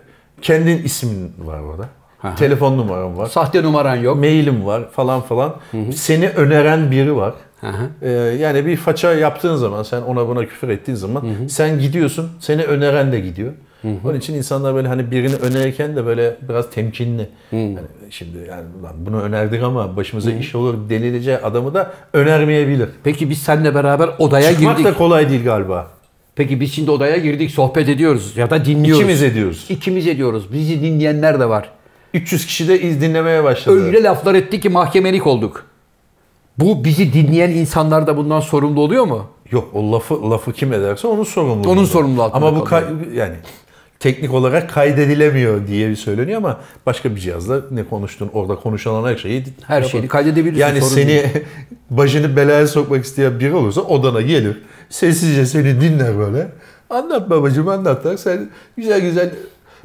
Speaker 2: kendin ismin var orada.
Speaker 1: Aha.
Speaker 2: Telefon numaram var.
Speaker 1: sahte numaran yok.
Speaker 2: Mailim var falan falan. Seni öneren biri var.
Speaker 1: Aha.
Speaker 2: Ee, yani bir faça yaptığın zaman sen ona buna küfür ettiğin zaman sen gidiyorsun. Seni öneren de gidiyor. Onun için insanlar böyle hani birini önerirken de böyle biraz temkinli. Yani şimdi yani "Ulan bunu önerdik ama başımıza iş olur delileceği adamı da önermeyebilir.
Speaker 1: Peki biz seninle beraber odaya
Speaker 2: Çıkmak
Speaker 1: girdik.
Speaker 2: da kolay değil galiba.
Speaker 1: Peki biz şimdi odaya girdik, sohbet ediyoruz ya da dinliyoruz.
Speaker 2: İkimiz ediyoruz.
Speaker 1: İkimiz ediyoruz. Bizi dinleyenler de var.
Speaker 2: 300 kişi de iz dinlemeye başladı.
Speaker 1: Öyle laflar etti ki mahkemelik olduk. Bu bizi dinleyen insanlar da bundan sorumlu oluyor mu?
Speaker 2: Yok o lafı lafı kim ederse onun sorumluluğu.
Speaker 1: Onun sorumluluğu altında
Speaker 2: Ama bu kay- yani teknik olarak kaydedilemiyor diye söyleniyor ama başka bir cihazla ne konuştun orada konuşulan her şeyi
Speaker 1: Her şeyi kaydedebilirsin.
Speaker 2: yani
Speaker 1: sorun
Speaker 2: seni
Speaker 1: değil.
Speaker 2: başını belaya sokmak isteyen biri olursa odana gelir. Sessizce seni dinler böyle. Anlat babacığım anlat. der. Sen güzel güzel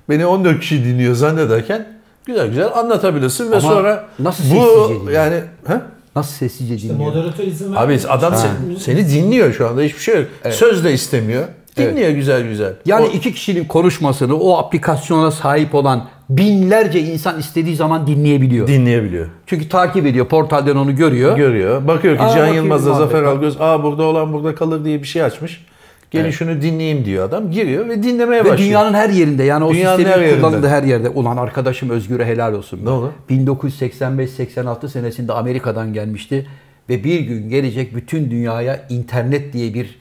Speaker 2: beni 14 kişi dinliyor zannederken güzel güzel anlatabilirsin ve
Speaker 1: Ama
Speaker 2: sonra
Speaker 1: nasıl
Speaker 2: bu
Speaker 1: sessizce dinliyor?
Speaker 2: yani ha?
Speaker 1: nasıl sessizce
Speaker 3: İşte
Speaker 1: dinliyor?
Speaker 3: moderatör izin vermiyor.
Speaker 2: Abi adam seni, seni dinliyor şu anda hiçbir şey yok. Söz de istemiyor. Dinliyor güzel güzel.
Speaker 1: Yani
Speaker 2: O-
Speaker 1: iki kişinin konuşmasını o aplikasyona sahip olan binlerce insan istediği zaman dinleyebiliyor.
Speaker 2: dinleyebiliyor.
Speaker 1: Çünkü takip ediyor, portalden onu görüyor.
Speaker 2: Görüyor. Bakıyor ki
Speaker 1: Aa,
Speaker 2: Can
Speaker 1: bakıyor
Speaker 2: Yılmaz'la
Speaker 1: muhabbet.
Speaker 2: Zafer Algöz aa burada olan burada kalır diye bir şey açmış. Gelin şunu dinleyeyim diyor adam. Giriyor ve dinlemeye
Speaker 1: Ve
Speaker 2: başlıyor.
Speaker 1: dünyanın her yerinde yani o
Speaker 2: Dünyanın her
Speaker 1: sistemin
Speaker 2: yerinde.
Speaker 1: kullanıldığı her yerde. Ulan arkadaşım Özgür'e helal olsun.
Speaker 2: Ne oldu?
Speaker 1: 1985-86 senesinde Amerika'dan gelmişti. Ve bir gün gelecek bütün dünyaya internet diye bir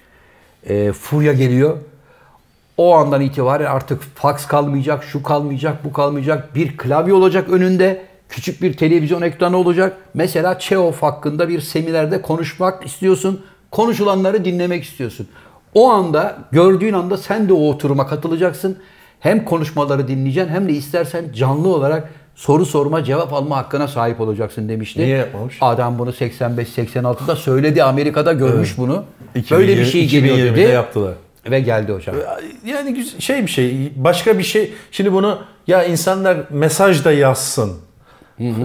Speaker 1: e, furya geliyor. O andan itibaren artık fax kalmayacak, şu kalmayacak, bu kalmayacak. Bir klavye olacak önünde. Küçük bir televizyon ekranı olacak. Mesela Chekhov hakkında bir seminerde konuşmak istiyorsun. Konuşulanları dinlemek istiyorsun. O anda, gördüğün anda sen de o oturuma katılacaksın. Hem konuşmaları dinleyeceksin hem de istersen canlı olarak soru sorma, cevap alma hakkına sahip olacaksın demişti.
Speaker 2: Niye yapmamış?
Speaker 1: Adam bunu 85-86'da söyledi. Amerika'da görmüş bunu.
Speaker 2: 2020
Speaker 1: Böyle bir şey geliyor
Speaker 2: 2020'de
Speaker 1: dedi.
Speaker 2: yaptılar.
Speaker 1: Ve geldi hocam.
Speaker 2: Yani güz- şey bir şey, başka bir şey. Şimdi bunu ya insanlar mesaj da yazsın,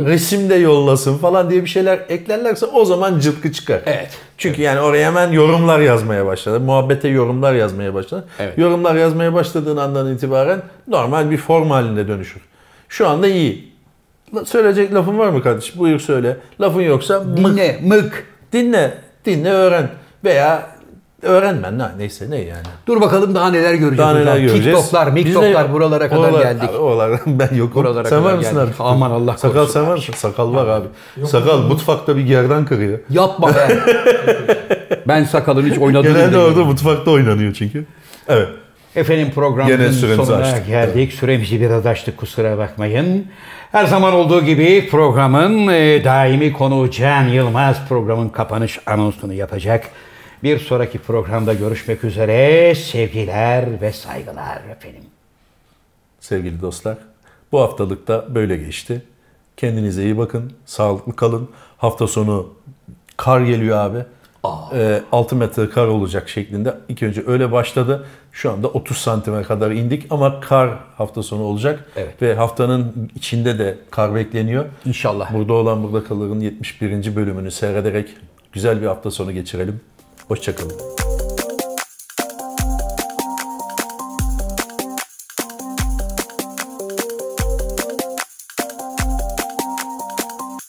Speaker 2: resim de yollasın falan diye bir şeyler eklerlerse o zaman cılkı çıkar.
Speaker 1: Evet.
Speaker 2: Çünkü yani oraya hemen yorumlar yazmaya başladı. Muhabbete yorumlar yazmaya başladı.
Speaker 1: Evet.
Speaker 2: Yorumlar yazmaya başladığın andan itibaren normal bir form haline dönüşür. Şu anda iyi. La- Söyleyecek lafın var mı kardeşim? Buyur söyle. Lafın yoksa mık
Speaker 1: Dinle, mık.
Speaker 2: dinle, dinle öğren. Veya öğrenmen ha, neyse ne yani.
Speaker 1: Dur bakalım daha neler göreceğiz
Speaker 2: Daha neler
Speaker 1: hocam.
Speaker 2: göreceğiz.
Speaker 1: TikToklar,
Speaker 2: Biz de-
Speaker 1: miktoklar buralara kadar
Speaker 2: Oralar-
Speaker 1: geldik.
Speaker 2: Abi, Oralardan ben yokum.
Speaker 1: Buralara
Speaker 2: sen
Speaker 1: kadar
Speaker 2: var mısın
Speaker 1: geldik.
Speaker 2: abi?
Speaker 1: Aman Allah
Speaker 2: Sakal
Speaker 1: korusun
Speaker 2: sen var mısın? Sakal var abi. Sakal mutfakta bir gerdan kırıyor.
Speaker 1: Yapma be. ben sakalın hiç oynadığını
Speaker 2: Genelde
Speaker 1: bilmiyorum.
Speaker 2: orada mutfakta oynanıyor çünkü. Evet.
Speaker 1: Efendim programın
Speaker 2: Gene süremizi
Speaker 1: sonuna
Speaker 2: açtık.
Speaker 1: geldik. Süremizi biraz açtık kusura bakmayın. Her zaman olduğu gibi programın e, daimi konuğu Can Yılmaz programın kapanış anonsunu yapacak. Bir sonraki programda görüşmek üzere. Sevgiler ve saygılar efendim.
Speaker 2: Sevgili dostlar, bu haftalık da böyle geçti. Kendinize iyi bakın, sağlıklı kalın. Hafta sonu kar geliyor abi. Ee, 6 metre kar olacak şeklinde. İlk önce öyle başladı. Şu anda 30 santime kadar indik ama kar hafta sonu olacak.
Speaker 1: Evet.
Speaker 2: Ve haftanın içinde de kar bekleniyor.
Speaker 1: İnşallah.
Speaker 2: Burada olan Burada Kalır'ın 71. bölümünü seyrederek güzel bir hafta sonu geçirelim. Hoşçakalın.